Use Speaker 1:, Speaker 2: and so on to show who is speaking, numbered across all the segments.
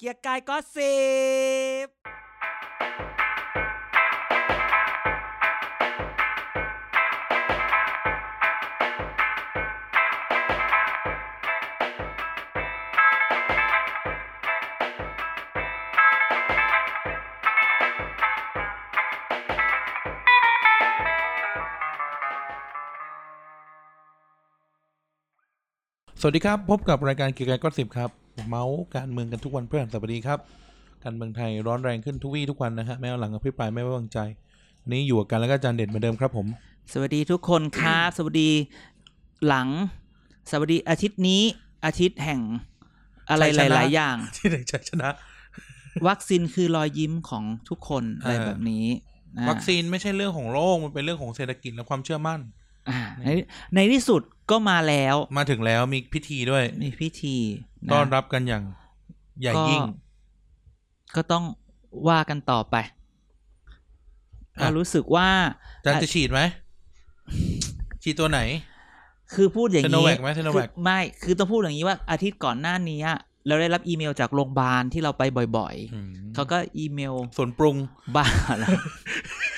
Speaker 1: กียร์กายก็สิบ
Speaker 2: สวัสดีครับ พบกับรายการเกียร์กายก็สิบครับ เมาส์การเมืองกันทุกวันพฤหัสบดีครับ การเมืองไทยร้อนแรงขึ้นทุกวี่ทุกวันนะฮะแม้ว่าหลังอภิปรายไม่ไว้วางใจวันนี้อยู่กับกันแล้วก็อาจารย์เด่นเหมือนเดิมครับผม
Speaker 1: สวัสดีทุกคนครับ สวัสดีหลัง สวัสดีอาทิตย์นี้อาทิตย์แห่งอะไรห
Speaker 2: ชัยชนะ
Speaker 1: ลาย ๆ อย่าง
Speaker 2: ที่ไหนชัยชนะ
Speaker 1: วัคซีนคือรอยยิ้มของทุกคนอะไร
Speaker 2: เออ
Speaker 1: แบบนี้นะ
Speaker 2: วัคซีนไม่ใช่เรื่องของโรคมันเป็นเรื่องของเศรษฐกิจและความเชื่อมั่น
Speaker 1: อ่าในในที่สุดก็มาแล้ว
Speaker 2: มาถึงแล้วมีพิธีด้วย
Speaker 1: มีพิธีะ
Speaker 2: ต้อนรับกันอย่างใหญ่ยิ่ง
Speaker 1: ก็ ก็ต้องว่ากันต่อไป
Speaker 2: อ่ะ
Speaker 1: เรารู้สึกว่า
Speaker 2: อาจารย์จะฉีดไหมฉีดตัวไหน
Speaker 1: คือพูดอย่างนี้
Speaker 2: Sinovac ไหม Sinovac
Speaker 1: คือไม่คือต้องพูดอย่างนี้ว่าอาทิตย์ก่อนหน้านี้อะเราได้รับอีเมลจากโรงพยาบาลที่เราไปบ่อย
Speaker 2: อืม
Speaker 1: ๆ เขาก็อีเมล
Speaker 2: ส่วนปรุง
Speaker 1: บ้าแล้ว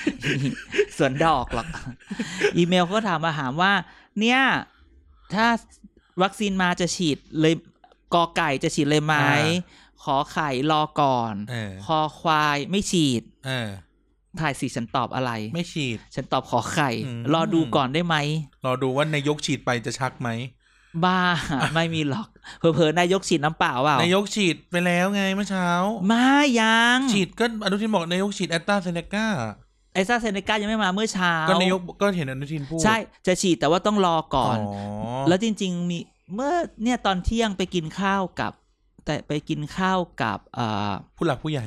Speaker 1: สวนดอกหรอก อีเมลเขาก็ถามมาถามว่า เนี่ย ถ้าวัคซีนมาจะฉีดเลยกอไก่จะฉีดเลยไหม
Speaker 2: อ่า
Speaker 1: ขอไข่รอก่อน
Speaker 2: เออ
Speaker 1: คอควายไม่ฉีด
Speaker 2: เออ
Speaker 1: ถ่ายสิฉันตอบอะไร
Speaker 2: ไม่ฉีด
Speaker 1: ฉันตอบขอไข่
Speaker 2: อืม
Speaker 1: รอดูก่อนได้ไหม
Speaker 2: รอดูว่านายกฉีดไปจะชักไหม
Speaker 1: บ้า ไม่มีหรอก เผลอๆนายกฉีดน้ำเปล่าเปล่าน
Speaker 2: ายกฉีดไปแล้วไงเมื่อเช้า
Speaker 1: มายัง
Speaker 2: ฉีดก็อนุทินบอกนายกฉีดแอตตาเซเนกา
Speaker 1: ไอซ่าเซเนกายังไม่มาเมื่อเช้า
Speaker 2: ก็นายกก็เห็นอนุทินพูด
Speaker 1: ใช่ จะฉีดแต่ว่าต้องรอก่อน
Speaker 2: แล้
Speaker 1: แล้ว วจริง ๆ มีเมื่อเนี่ยตอนเที่ยงไปกินข้าวกับ แต่ไปกินข้าวกับเออ
Speaker 2: ผู้หลักผู้ใหญ่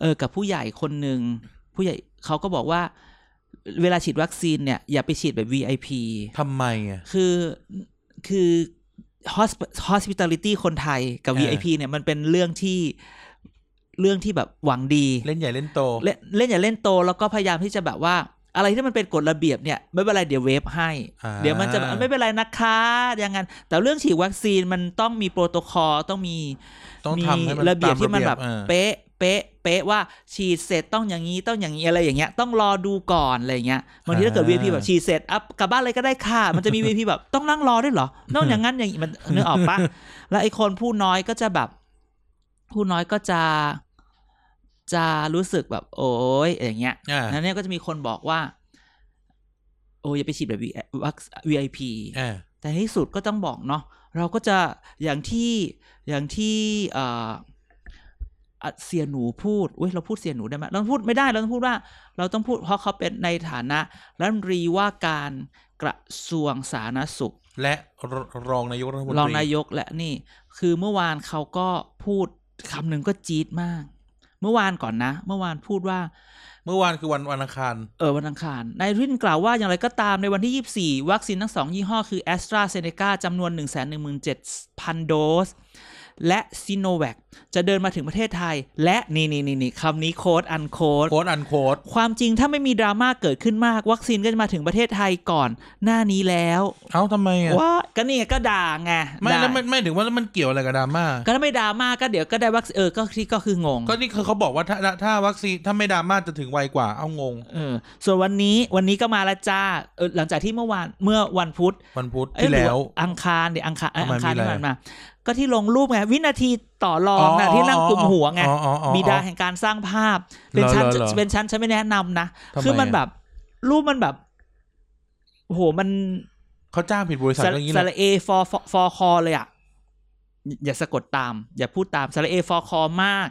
Speaker 1: เออกับผู้ใหญ่คนหนึ่งผู้ใหญ่เขาก็บอกว่า เวลาฉีดวัคซีนเนี่ยอย่าไปฉีดแบบ VIP
Speaker 2: ทำไมอ่ะ
Speaker 1: คือคือ hosp- hospitality คนไทยกับ
Speaker 2: เออ
Speaker 1: VIP เนี่ยมันเป็นเรื่องที่เรื่องที่แบบหวังดี
Speaker 2: เล่นใหญ่เล่นโต
Speaker 1: เล่นเล่นอย่าเล่นโตแล้วก็พยายามที่จะแบบว่า อะไรที่มันเป็นกฎระเบียบเนี่ยไม่เป็นไรเดี๋ยวเวฟให้
Speaker 2: อ่า
Speaker 1: เดี๋ยวมันจะไม่เป็นไรนะคะอย่างนั้น แต่เรื่องฉีดวัคซีนมันต้องมีโปรโตคอลต้องมี
Speaker 2: ต้อง
Speaker 1: มี
Speaker 2: ทำให้มัน
Speaker 1: ระเบียบ
Speaker 2: ตา
Speaker 1: ที่มันแบบ
Speaker 2: ระเบียเออ
Speaker 1: เป๊ะเป๊ะเป๊ะว่าฉีดเสร็จต้องอย่างนี้ต้องอย่างนี้อะไรอย่างเงี้ยต้องรอดูก่อนอะไรอย่างเงี้ยบางทีถ้าเกิด VIP แบบฉีดเสร็จอัพกลับบ้านเลยก็ได้ค่ะ มันจะมี VIP แบบ ต้องนั่งรอด้วยเหรอต้องอย่างนั้นอย่างนี้มันนึกออกปะ แล้วไอ้คนผู้น้อยก็จะแบบ ผู้น้อยก็จะ จะรู้สึกแบบ โอ้ยอย่างเงี้ย
Speaker 2: อ่า
Speaker 1: แล้วเนี่ยก็จะมีคนบอกว่า โอ้ยอย่าไปฉีดแบบ V- วัค VIP
Speaker 2: อ่า
Speaker 1: แต่ในที่สุดก็ต้องบอกเนาะเราก็จะอย่างที่อย่างที่เอ่ออ่ะเสียหนูพูดอุ้ยเราพูดเสียหนูได้ไหมเราพูดไม่ได้เราต้องพูดว่า เราต้องพูดเพราะเขาเป็นในฐานะรัฐมนตรีว่าการกระทรวงสาธารณสุข
Speaker 2: และรรองนายกรัฐมนตรี
Speaker 1: รองนายกและนี่ คือเมื่อวานเขาก็พูดคำหนึ่งก็จี๊ดมาก เมื่อวานก่อนนะ เมื่อวานพูดว่า
Speaker 2: เมื่อวานคือวันวันอังคาร
Speaker 1: เออวันอังคารนายทวินกล่าวว่าอย่างไรก็ตามในวันที่ 24 วัคซีนทั้ง 2 ยี่ห้อคือ a s t r a z เซ e c a จำนวน 117,000 โดส และ s i n o v a c จะเดินมาถึงประเทศไทย และนี่นี่นี่นี่คำนี้โค้ดอันโค้ด
Speaker 2: โค้ดอันโค้ด
Speaker 1: ความจริงถ้าไม่มีดราม่าเกิดขึ้นมาก วัคซีนก็จะมาถึงประเทศไทยก่อนหน้านี้แล้ว
Speaker 2: เอ้าทำไมอ่ะ
Speaker 1: ว่าก็นี่ไงก็ด่าไง
Speaker 2: ไม่
Speaker 1: ด่า
Speaker 2: แล้วไม่ไม่ถึงว่าแล้วมันเกี่ยวอะไรกับดราม่า
Speaker 1: ก็ถ้าไม่ดราม่าก็เดี๋ยวก็ได้วัคซีนเออก็ที่ก็คืองง
Speaker 2: ก็นี่คือเขาบอกว่าถ้าถ้าถ้าวัคซีนถ้าไม่ดราม่าจะถึงไวกว่าเอางง
Speaker 1: เออส่วนวันนี้วันนี้ก็มาและจ้าเออหลังจากที่เมื่อวานเมื่อวันพุธ
Speaker 2: วันพุธ
Speaker 1: เอ้ย
Speaker 2: ที่แล้ว
Speaker 1: หรือาอังคารเดี๋ยวอังคารเอ้ย
Speaker 2: ทำไม
Speaker 1: อังคาร
Speaker 2: มี
Speaker 1: ที่
Speaker 2: อะไร
Speaker 1: ผ่านมา ก็ที่ลงรูปไงวินาทีต่อรองนะที่นั่งกลุ่มหัวไง
Speaker 2: อ๋ออ๋ออ๋อ
Speaker 1: บิดาแห่งการสร้างภาพ เป็น
Speaker 2: เหรอ
Speaker 1: ชั้น
Speaker 2: เหรอเหรอ
Speaker 1: เป็นชั้นฉันไม่แนะนำนะ
Speaker 2: ทำไม
Speaker 1: คือมัน
Speaker 2: อะ
Speaker 1: แบบ รูปมันแบบโอ้โหมัน
Speaker 2: เขาจ้างผิดบริษัท
Speaker 1: สระ
Speaker 2: เรื่องนี้
Speaker 1: ส
Speaker 2: แหละ
Speaker 1: ระเอฟอฟอคอเลยอ่ะอย่าอย่าสะกดตาม อย่าพูดตามสระเอฟอคอมาก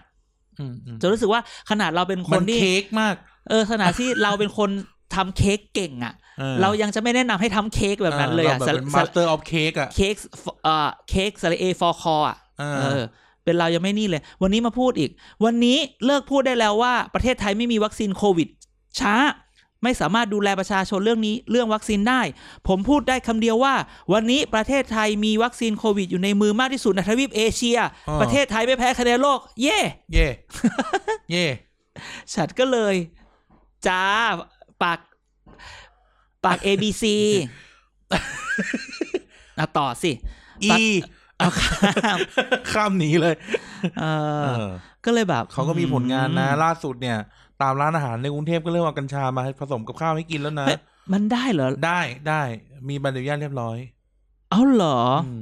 Speaker 2: อืมอืม
Speaker 1: จนรู้สึกว่าขนาดเราเป็นค
Speaker 2: มัน
Speaker 1: นที่
Speaker 2: เค้กมาก
Speaker 1: เออขณะที่ เราเป็นคนทำเค้กเก่งอ่ะ
Speaker 2: ออ
Speaker 1: เรายังจะไม่แนะนำให้ทำเค้กแบบนั้นเลยอ่ะ
Speaker 2: ราแบบเป็น
Speaker 1: สะ
Speaker 2: มาสเตอร์ออฟเค้กอ่ะ
Speaker 1: เค้กเอ่อเค้กสระเอฟอคออ่ะ
Speaker 2: อ่า
Speaker 1: เออ เป็นเรายังไม่นี่เลย วันนี้มาพูดอีก วันนี้เลิกพูดได้แล้วว่าประเทศไทยไม่มีวัคซีนโควิด ช้า ไม่สามารถดูแลประชาชนเรื่องนี้เรื่องวัคซีนได้ ผมพูดได้คำเดียวว่า วันนี้ประเทศไทยมีวัคซีนโควิด อยู่ในมือมากที่สุดในทวีปเอเชีย
Speaker 2: อ่า
Speaker 1: ประเทศไทยไม่แพ้คะแนนโลก เย่
Speaker 2: เย่ เย่
Speaker 1: ฉันก็เลยจ้าปาก ปาก A B C อ่ะต่อสิ
Speaker 2: E
Speaker 1: เอา ข้าม
Speaker 2: ข้ามหนีเลย
Speaker 1: เอ
Speaker 2: เอ
Speaker 1: อ
Speaker 2: อ
Speaker 1: ก็เลยแบบ
Speaker 2: เขาก็มีผลงานนะ ล่าสุดเนี่ย ตามร้านอาหารในกรุงเทพก็เริ่มเอากัญชามาผสมกับข้าวให้กินแล้วนะ
Speaker 1: เฮ้ยมันได้เหรอ
Speaker 2: ได้ได้มีใบอนุญาตเรียบร้อย
Speaker 1: เอาเหรอ
Speaker 2: ม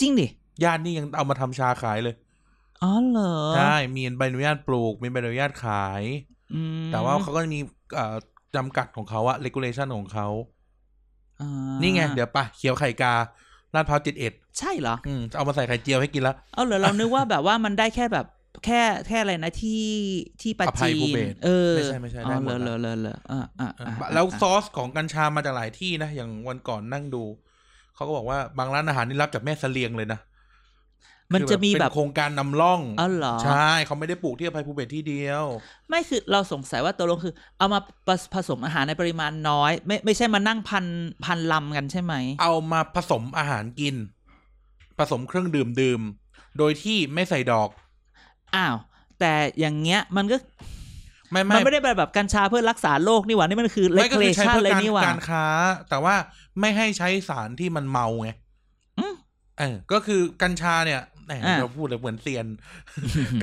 Speaker 1: จริงดิ
Speaker 2: ญาตินี่ยังเอามาทำชาขายเลย
Speaker 1: อ๋อเหรอ
Speaker 2: ใช่มีใบอนุญาตปลูก มีใบอนุญาตขาย
Speaker 1: อืม
Speaker 2: แต่ว่าเขาก็มีเอ่อจำกัดของเขาอะ regulation ของเขา
Speaker 1: อ่า
Speaker 2: นี่ไง เดี๋ยวไปะเขียวไข่กาลาดพร้าวจิตเอ็ด
Speaker 1: ใช่เหรอ
Speaker 2: อืมเอามาใส่ไข่เจียวให้กินละ
Speaker 1: เอาเหรอเรานึกว่า แบบว่ามันได้แค่แบบแค่แค่อะไรนะที่ที่ปัจ
Speaker 2: อภัย
Speaker 1: จี
Speaker 2: ภู
Speaker 1: น
Speaker 2: เบศ
Speaker 1: เออ
Speaker 2: ไม่ใช่ไม่ใช่ได้
Speaker 1: อ๋อ
Speaker 2: หม
Speaker 1: เหร
Speaker 2: ด
Speaker 1: อ
Speaker 2: ละ
Speaker 1: เหรอเหรอเหรออ่าอ่าอ่า
Speaker 2: แล้วซอสของกัญชามาจากหลายที่นะ อย่างวันก่อนนั่งดู เขาก็บอกว่าบางร้านอาหารนี่รับจากแม่เสลียงเลยนะ
Speaker 1: มันจะมี
Speaker 2: คือ
Speaker 1: แบ
Speaker 2: เป็
Speaker 1: บ
Speaker 2: โครงการนำร่อง
Speaker 1: อ๋อเหรอ
Speaker 2: ใช่เขาไม่ได้ปลูกที่อภัยภูเบศที่เดียว
Speaker 1: ไม่คือเราสงสัยว่าตกลงคือ เอามาผสผสมอาหารในปริมาณน้อย ไม่ไม่ใช่มานั่งพันพันลำกันใช่ไหม
Speaker 2: เอามาผสมอาหารกิน ผสมเครื่องดื่มดื่ม โดยที่ไม่ใส่ดอก
Speaker 1: อ้าว แต่อย่างเงี้ยมันก็
Speaker 2: ไม่
Speaker 1: มัน
Speaker 2: ไม่
Speaker 1: ไม่ได้แบบแบบกัญชาเพื่อรักษาโรคนี่หว่านี่มันคือเล
Speaker 2: ไม่ก็
Speaker 1: เล
Speaker 2: คือใช้
Speaker 1: ชั่น
Speaker 2: เพื่อ
Speaker 1: เลย
Speaker 2: การ
Speaker 1: นี่หว่า
Speaker 2: การค้า แต่ว่าไม่ให้ใช้สารที่มันเมาไง
Speaker 1: อืม
Speaker 2: เออก็คือกัญชาเนี่ยแหม
Speaker 1: อ่า
Speaker 2: เราพูดเลยเหมือนเซียน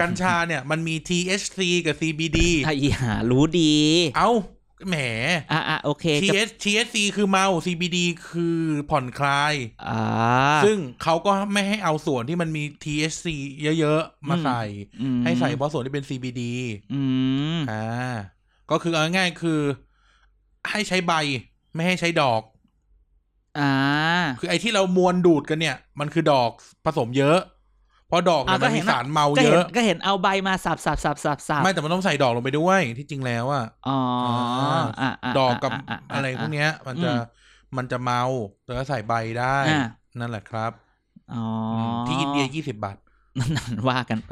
Speaker 2: กัญชาเนี่ยมันมี THC กับ CBD
Speaker 1: ไอ้หารู้ดี
Speaker 2: เอ้าแหม
Speaker 1: อ่าอ่าโอเคจะ
Speaker 2: TH THC คือเมา CBD คือผ่อนคลาย
Speaker 1: อ่า
Speaker 2: ซึ่งเขาก็ไม่ให้เอาส่วนที่มันมี THC เยอะๆ มา
Speaker 1: อืม
Speaker 2: ใส่
Speaker 1: อืม
Speaker 2: ให้ใส่เพราะส่วนที่เป็น CBD
Speaker 1: อืม
Speaker 2: อ่า ก็คือเอาง่ายๆคือ ให้ใช้ใบไม่ให้ใช้ดอก
Speaker 1: อ่า
Speaker 2: คือไอ้ที่เรามวนดูดกันเนี่ย มันคือดอกผสมเยอะ เพราะดอกเนี่ย
Speaker 1: อ่ะก็
Speaker 2: มัน
Speaker 1: เห็
Speaker 2: มี
Speaker 1: น
Speaker 2: สารเมา
Speaker 1: ก็
Speaker 2: เย
Speaker 1: เห็น
Speaker 2: อะ
Speaker 1: ก็เห็นเอาใบมาสับสับสับสับสับ
Speaker 2: ไม่แต่มันต้องใส่ดอกลงไปด้วยที่จริงแล้วอะ
Speaker 1: อ๋ออ่าา
Speaker 2: ดอกกับ
Speaker 1: าา
Speaker 2: อะไรพวกเนี้ย มันจะ
Speaker 1: อืม
Speaker 2: มันจะเมาแต่ก็ใส่ใบได้
Speaker 1: อ่า
Speaker 2: นั่นแหละครับ
Speaker 1: อ๋อ
Speaker 2: มที่อินเดียยี่สิบบาท
Speaker 1: นั่นว่ากัน ไป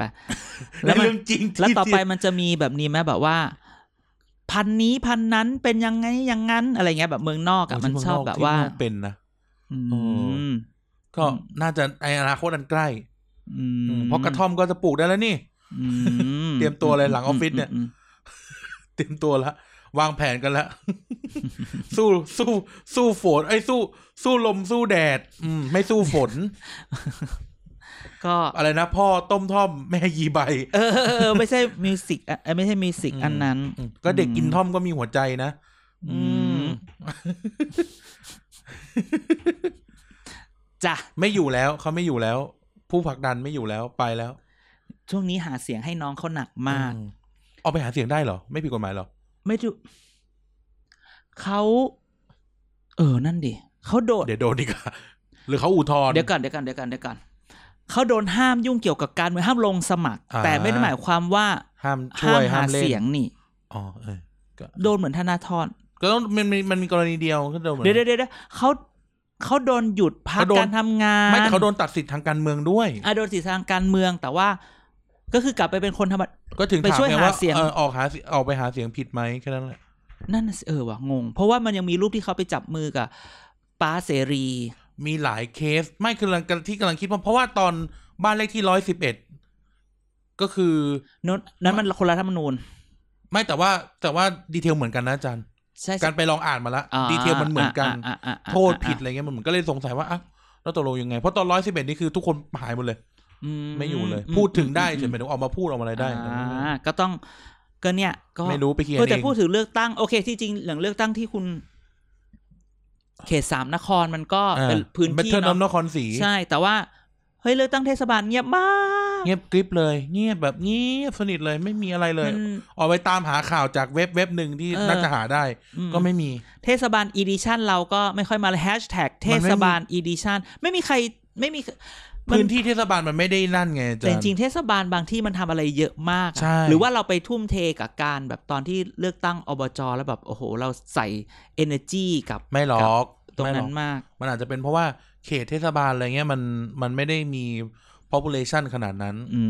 Speaker 1: แล้
Speaker 2: และ
Speaker 1: วมัน
Speaker 2: เรื่องจริง
Speaker 1: แล้ว
Speaker 2: ที่
Speaker 1: ต่อไปมันจะมีแบบนี้ไหมแบบว่า พันนี้พันนั้นเป็นยังไงอยังงั้นอะไรเงี้ยแบบเมืองนอกอะ
Speaker 2: โย
Speaker 1: มันชอบ
Speaker 2: ที่เงก
Speaker 1: แบบ
Speaker 2: ที่
Speaker 1: ว่า
Speaker 2: เงนอกเป็นนะ
Speaker 1: อื
Speaker 2: เอ
Speaker 1: ม
Speaker 2: อ ก็
Speaker 1: อืม
Speaker 2: น่าจะในอนาคตอันใกล้
Speaker 1: อืม
Speaker 2: เพราะกระท่อมก็จะปลูกได้แล้วนี่
Speaker 1: อืม
Speaker 2: เตรียมตัวเลยหลังออฟฟิศเนี่ย
Speaker 1: ม
Speaker 2: เต็มตัวละวางแผนกันละ สู้สู้สู้ฝนไอ้ยสู้ สู้ลมสู้แดด อืม ไม่สู้ฝน
Speaker 1: ก็
Speaker 2: อะไรนะพ่อต้มท่อมแม่ยีใบ
Speaker 1: เออเออเออไม่ใช่มิวสิกอะเอ้ยไม่ใช่มิวสิก
Speaker 2: อืม
Speaker 1: อันนั้น
Speaker 2: อืมก็เด็กกินท่อมก็มีหัวใจนะ
Speaker 1: อืม จ้ะ
Speaker 2: ไม่อยู่แล้วเขาไม่อยู่แล้ว ผู้ผลักดันไม่อยู่แล้วไปแล้ว
Speaker 1: ช่วงนี้หาเสียงให้น้องเขาหนักมาก
Speaker 2: อืเอาไปหาเสียงได้เหรอ ไม่ผิดกฎหมายเหรอ
Speaker 1: ไม่ดูเขา เออ นั่นดิเขาโดน
Speaker 2: เดี๋ยวโดนดีกว่า หรือเขาอุทธรณ์
Speaker 1: เดี๋ยวก่อนเดี๋ยวก่อนเดี๋ยวก่อนเดี๋ยวก่อนเขาโดนห้ามยุ่งเกี่ยวกับการเมืองห้ามลงสมัคร
Speaker 2: อ่า
Speaker 1: แต่ไม่ได้หมายความว่า
Speaker 2: ห้ามช่
Speaker 1: ห้าว ม
Speaker 2: ย
Speaker 1: หา
Speaker 2: ห้ามเล่น
Speaker 1: เสียงนี่
Speaker 2: อ๋อเออก็
Speaker 1: โดนเหมือนธนาธร
Speaker 2: ก็ต้องมันมีมันมีกรณีเดียวก็โดนเหมือน
Speaker 1: เดี๋ยวเดี๋ยวเดี๋ยวเดี๋ยวเขาเขาโดนหยุดพัก
Speaker 2: เขาโดน
Speaker 1: การทำงาน
Speaker 2: ไม่แต่เขาโดนตัดสิทธิ์ทางการเมืองด้วย
Speaker 1: อาโดนสิทธิทางการเมืองแต่ว่าก็คือกลับไปเป็นคนธรรมดา
Speaker 2: ก็ถึง
Speaker 1: ไป
Speaker 2: ถาม
Speaker 1: ช่วย
Speaker 2: ไง
Speaker 1: หา
Speaker 2: ว่า
Speaker 1: เสียง
Speaker 2: เออออกหาเสียออกไปหาเสียงผิดไหมแค่นั้นแหละ
Speaker 1: นั่นน่ะสิเออว่ะงง เพราะว่ามันยังมีรูปที่เขาไปจับมือกับป้าเสรี
Speaker 2: มีหลายเคส ไม่คือกำลังที่กำลังคิดว่าเพราะว่าตอนบ้านเลขที่ร้อยสิบเอ็ดก็คือ
Speaker 1: นั้นนั้นมันคนละรัฐธรรมนูญ
Speaker 2: ไม่แต่ว่าแต่ว่าดีเทลเหมือนกันนะอาจารย์
Speaker 1: ใช่
Speaker 2: การไปลองอ่านมาละ
Speaker 1: อ่า
Speaker 2: ดีเทลมันเหมือนกัน
Speaker 1: าอ่าอ่า
Speaker 2: โทษผิดอะไรเงี้ยมันเหมือนก็เลยสงสัยว่าอ่ะแล้วตกลงยังไง เพราะตอนร้อยสิบเอ็ดนี่คือทุกคนหายหมดเลย
Speaker 1: อื
Speaker 2: ไม่อยู่เลย พูดถึงได้เฉยๆหมายถึงออกมาพูดออกมาอะไรได้
Speaker 1: อ่าก็ต้องก็เนี่ย ก็
Speaker 2: ไม่รู้ไปเคลียร์
Speaker 1: เออ
Speaker 2: เอ
Speaker 1: แต่
Speaker 2: ง
Speaker 1: พูดถึงเลือกตั้งโอเคที่จริงหลังเลือกตั้งที่คุณ เขตสามนครมันก็เป็นพื้นที่
Speaker 2: เทิลน้ำน
Speaker 1: เนาะ
Speaker 2: ครศรี
Speaker 1: ใช่ แต่ว่าเฮ้ยเลือกตั้งเทศบาลเงียบมาก
Speaker 2: เงียบกริบเลย เงียบแบบเงียบสนิทเลยไม่มีอะไรเลย
Speaker 1: มัน
Speaker 2: ออกไปตามหาข่าวจากเว็บเว็บหนึ่งที่
Speaker 1: เออ
Speaker 2: น่าจะหาได้
Speaker 1: อื
Speaker 2: ก็ไม่มี
Speaker 1: เทศบาลอีดิชันเราก็ไม่ค่อยมาเลยแฮชแท็กเทศบาลอีดิชันไม่มีใครไม่มีมัน
Speaker 2: พื้นที่เทศบาลมันไม่ได้นั่นไงอา
Speaker 1: แต่
Speaker 2: จา
Speaker 1: จ
Speaker 2: รย์
Speaker 1: ริงๆเทศบาลบางที่มันทำอะไรเยอะมากอะ
Speaker 2: ใช่
Speaker 1: หรือว่าเราไปทุ่มเทกับการแบบตอนที่เลือกตั้งอบจแล้วแบบโอ้โห เราใส่ energy กับ
Speaker 2: ไม่หรอก
Speaker 1: ตรง
Speaker 2: ไม่หร
Speaker 1: นั้
Speaker 2: อก
Speaker 1: นมาก
Speaker 2: มันอาจจะเป็นเพราะว่าเขตเทศบาลอะไรเงี้ยมันมันไม่ได้มี population ขนาดนั้น
Speaker 1: อื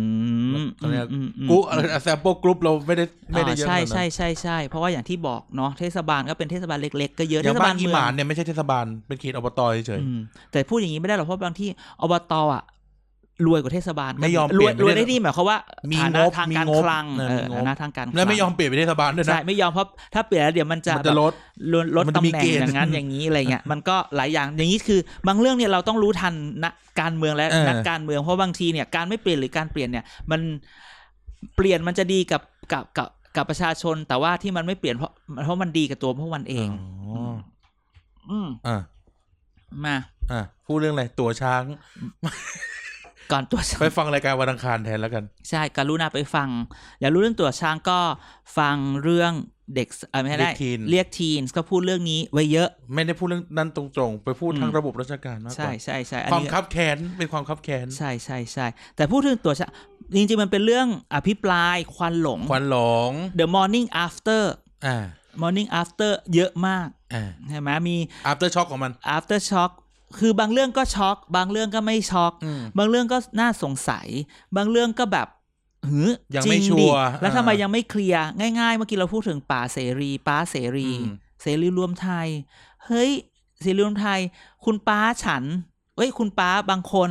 Speaker 1: ม
Speaker 2: เขาเรียก
Speaker 1: อืมอืม
Speaker 2: กูอะไรแซมเปิลกรุ๊ปเราไม่ได้ไม่ได้
Speaker 1: อ่า
Speaker 2: เยอะ
Speaker 1: ใช่
Speaker 2: ขนาดนั้น
Speaker 1: ใช่ใช่ใช่เพราะว่าอย่างที่บอกเนาะเทศบาลก็เป็นเทศบาลเล็กๆก็เยอะ
Speaker 2: อ
Speaker 1: เท
Speaker 2: ย่าง
Speaker 1: ศ
Speaker 2: บ้า
Speaker 1: บาน ล
Speaker 2: อี
Speaker 1: เมื
Speaker 2: ห
Speaker 1: อ
Speaker 2: มาง นเนี่ยไม่ใช่เทศบาลเป็นเขตอบตเฉย
Speaker 1: อืมแต่พูดอย่างนี้ไม่ได้หรอกเพราะบางที่อบตอ่ะ รวยกว่าเทศบาล
Speaker 2: ไม่ยอม
Speaker 1: รวย
Speaker 2: เปลี่ยน
Speaker 1: รว
Speaker 2: ไม่ได้
Speaker 1: ยได้นี่หมายความว่า
Speaker 2: มี
Speaker 1: ฐานะ
Speaker 2: งบ
Speaker 1: ทาง
Speaker 2: มี
Speaker 1: การ
Speaker 2: งบ
Speaker 1: คลัง
Speaker 2: เออ
Speaker 1: เออ
Speaker 2: มีงบ
Speaker 1: ฐานะทางการคลั
Speaker 2: และ
Speaker 1: ง
Speaker 2: ไม่ยอมเปลี่ยนเป็นเทศบาลด้วยนะ
Speaker 1: ใช่ไม่ยอมเพราะถ้าเปลี่ยนแล้วเดี๋ยวมันจะ
Speaker 2: มันจะ
Speaker 1: แบบ
Speaker 2: ลด
Speaker 1: ลดลด
Speaker 2: มันจะ
Speaker 1: ตำ
Speaker 2: มี
Speaker 1: แหน่ง
Speaker 2: เกณฑ์
Speaker 1: อย่างนั้นอย่างนี้อะไรเงี้ยมันก็หลายอย่างอย่างนี้คือบางเรื่องเนี่ยเราต้องรู้ทันนักการเมืองและ
Speaker 2: เออ
Speaker 1: นักการเมืองเพราะบางทีเนี่ยการไม่เปลี่ยนหรือการเปลี่ยนเนี่ย มันเปลี่ยนมันจะดีกับกับกับกับประชาชน แต่ว่าที่มันไม่เปลี่ยนเพราะเพราะมันดีกับตัวพวกมันเอง
Speaker 2: อ๋อ
Speaker 1: อืม
Speaker 2: อ่ะ
Speaker 1: มา
Speaker 2: อ่ะพูดเรื่องอะไรตัวช้าง
Speaker 1: ก่อนตัวช้าง
Speaker 2: ไปฟังรายการวันอังคารแทนแล้วกัน
Speaker 1: ใช่การุณาไปฟัง อยากรู้เรื่องตัวช้างก็ฟังเรื่องเด็กเอ่อไม่ได้
Speaker 2: เรียกทีน
Speaker 1: เรียกทีนก็พูดเรื่องนี้ไว้เยอะ
Speaker 2: ไม่ได้พูดเรื่องนั้นตรงๆ ไปพูดทาง
Speaker 1: อืม
Speaker 2: ระบบราชการมากก
Speaker 1: ใช่
Speaker 2: ว่า
Speaker 1: ใช่ใช่อัน
Speaker 2: ความ
Speaker 1: นี้
Speaker 2: คับแค้นเป็นความคับแค้น
Speaker 1: ใช่ใช่ใช่แต่พูดถึงตัวชะจริงๆมันเป็นเรื่องอภิปรายควันหลง
Speaker 2: ควันหลง
Speaker 1: The Morning After
Speaker 2: อ่า
Speaker 1: Morning After เยอะมาก
Speaker 2: อ่า
Speaker 1: ใช่ไหมมี
Speaker 2: อัปเตอร์ช็อของมัน
Speaker 1: After Shock คือบางเรื่องก็ช็อกบางเรื่องก็ไม่ช็อก
Speaker 2: อืม
Speaker 1: บางเรื่องก็น่าสงสัย บางเรื่องก็แบบหือ
Speaker 2: ยัง
Speaker 1: จริ
Speaker 2: ไม่ชั
Speaker 1: ดิ
Speaker 2: วร์
Speaker 1: แล้วทำไม
Speaker 2: อ่ายั
Speaker 1: ยังไม่เคลียร์ง่ายๆ เมื่อกี้เราพูดถึงป่าเสรีป้าเสรี
Speaker 2: อืม
Speaker 1: เสรีรวมไทย เฮ้ยเสรีรวมไทย คุณป้าฉันเอ้ย คุณป้าบางคน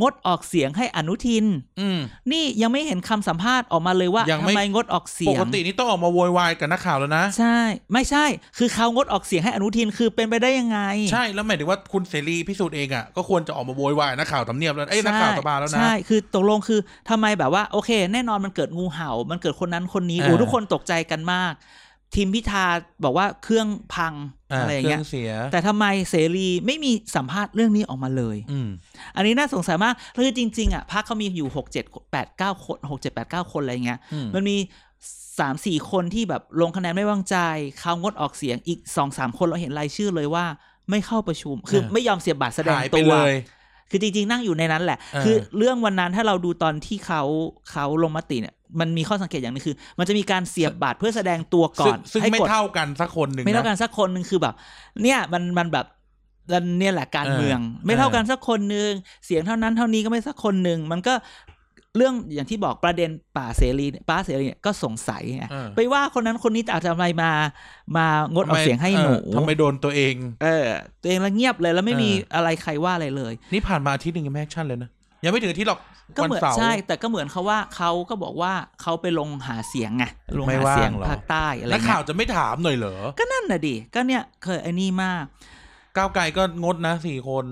Speaker 1: งดออกเสียงให้อนุทิน
Speaker 2: อืม
Speaker 1: นี่ยังไม่เห็นคำสัมภาษณ์ออกมาเลยว่าย
Speaker 2: ง
Speaker 1: ทำ
Speaker 2: ไม่
Speaker 1: ไมงดออกเสี
Speaker 2: ป
Speaker 1: ยง
Speaker 2: กตินี่ต้องออกมาโวยวายกับนักข่าวแล้วนะ
Speaker 1: ใช่ ไม่ใช่ คือเขางดออกเสียงให้อนุทินคือเป็นไปได้ยังไง
Speaker 2: ใช่แล้วหมายถึงว่าคุณเสรีพิสูจน์เองอ่ะก็ควรจะออกมาโวยวายกับนักข่าวทำเนียบแล้วเอ้ยนักข่าวสภาแล้วนะ
Speaker 1: ใช่ คือตกลงคือทำไมแบบว่า โอเค แน่นอนมันเกิดงูเห่า มันเกิดคนนั้นคนนี้
Speaker 2: เออ
Speaker 1: โอ้ทุกคนตกใจกันมาก ทีมพิธาบอกว่าเครื่องพัง
Speaker 2: อ่า
Speaker 1: อะไรอย่าง
Speaker 2: เครื่
Speaker 1: เงี้
Speaker 2: อย งเสีย
Speaker 1: แต่ทำไมเสรีไม่มีสัมภาษณ์เรื่องนี้ออกมาเลย
Speaker 2: อืม
Speaker 1: อันนี้น่าสงสัยมากคือจริง ๆ อ่ะพักเขามีอยู่หกเจ็ดแปดเก้าคนหกเจ็ดแปดเก้าคนอะไรเงี้ย
Speaker 2: อืม
Speaker 1: มันมีสามสี่คนที่แบบลงคะแนนไม่วางใจ เขางดออกเสียงอีกสองสามคนเราเห็นรายชื่อเลยว่าไม่เข้าประชุม คือ
Speaker 2: เออ
Speaker 1: ไม่ยอมเสียบบัตรแสดง
Speaker 2: หายไป
Speaker 1: ตัว
Speaker 2: เลย
Speaker 1: คือจริง ๆ นั่งอยู่ในนั้นแหละ
Speaker 2: เออ
Speaker 1: คือเรื่องวันนั้นถ้าเราดูตอนที่เขาเขาลงมติเนี่ยมันมีข้อสังเกตอย่างหนึงคือ มันจะมีการเสียบบัตรเพื่อแสดงตัวก่อน
Speaker 2: ซึ่งซึ่
Speaker 1: ให้
Speaker 2: งไม่
Speaker 1: กด
Speaker 2: เท่ากันสักคนหนึ่ง
Speaker 1: ไม่เท่า
Speaker 2: นะ
Speaker 1: กันสักคนหนึ่งคือแบบ เนี่ยมันมันแบบมันเนี่ยแหละการ
Speaker 2: เออ
Speaker 1: เมือง ไม่
Speaker 2: เออ
Speaker 1: เท่ากันสักคนหนึ่งเสียงเท่านั้นเท่านี้ก็ไม่สักคนหนึ่งมันก็เรื่องอย่างที่บอกประเด็นป่าเสรีเนี่ยป้าเสรีเนี่ยก็สงสัยไง
Speaker 2: เออ
Speaker 1: ไปว่าคนนั้นคนนี้แต่เอาทำอะไรมา มางดออกเสียงให้หนู
Speaker 2: ทำไมเออทำไมโดนตัวเอง
Speaker 1: เออ ตัวเองละเงียบเลยแล้วไม่มี
Speaker 2: เอออ
Speaker 1: อะไรใครว่าอะไรเลย
Speaker 2: นี่ผ่านมาอาทิตย์หนึ่งยังไม่แอคชั่นเลยนะ ยังไม่ถึงอาทิตย์หรอก
Speaker 1: ก็
Speaker 2: วัน
Speaker 1: เหมือน
Speaker 2: เสาร์
Speaker 1: ใช่ แต่ก็เหมือนเขาว่าเขาก็บอกว่าเขาไปลงหาเสียงไงลง
Speaker 2: ไม่
Speaker 1: หาเสียง
Speaker 2: ว่างหรอ
Speaker 1: ภาคใต้อะไร
Speaker 2: นัก
Speaker 1: เงี้
Speaker 2: ข่าวย จะไม่ถามหน่อยเหรอ
Speaker 1: ก็นั่นน่ะดิก็เนี่ยเคยไอ้นี่มาก
Speaker 2: ก้าวไกลก็งดนะสี่คน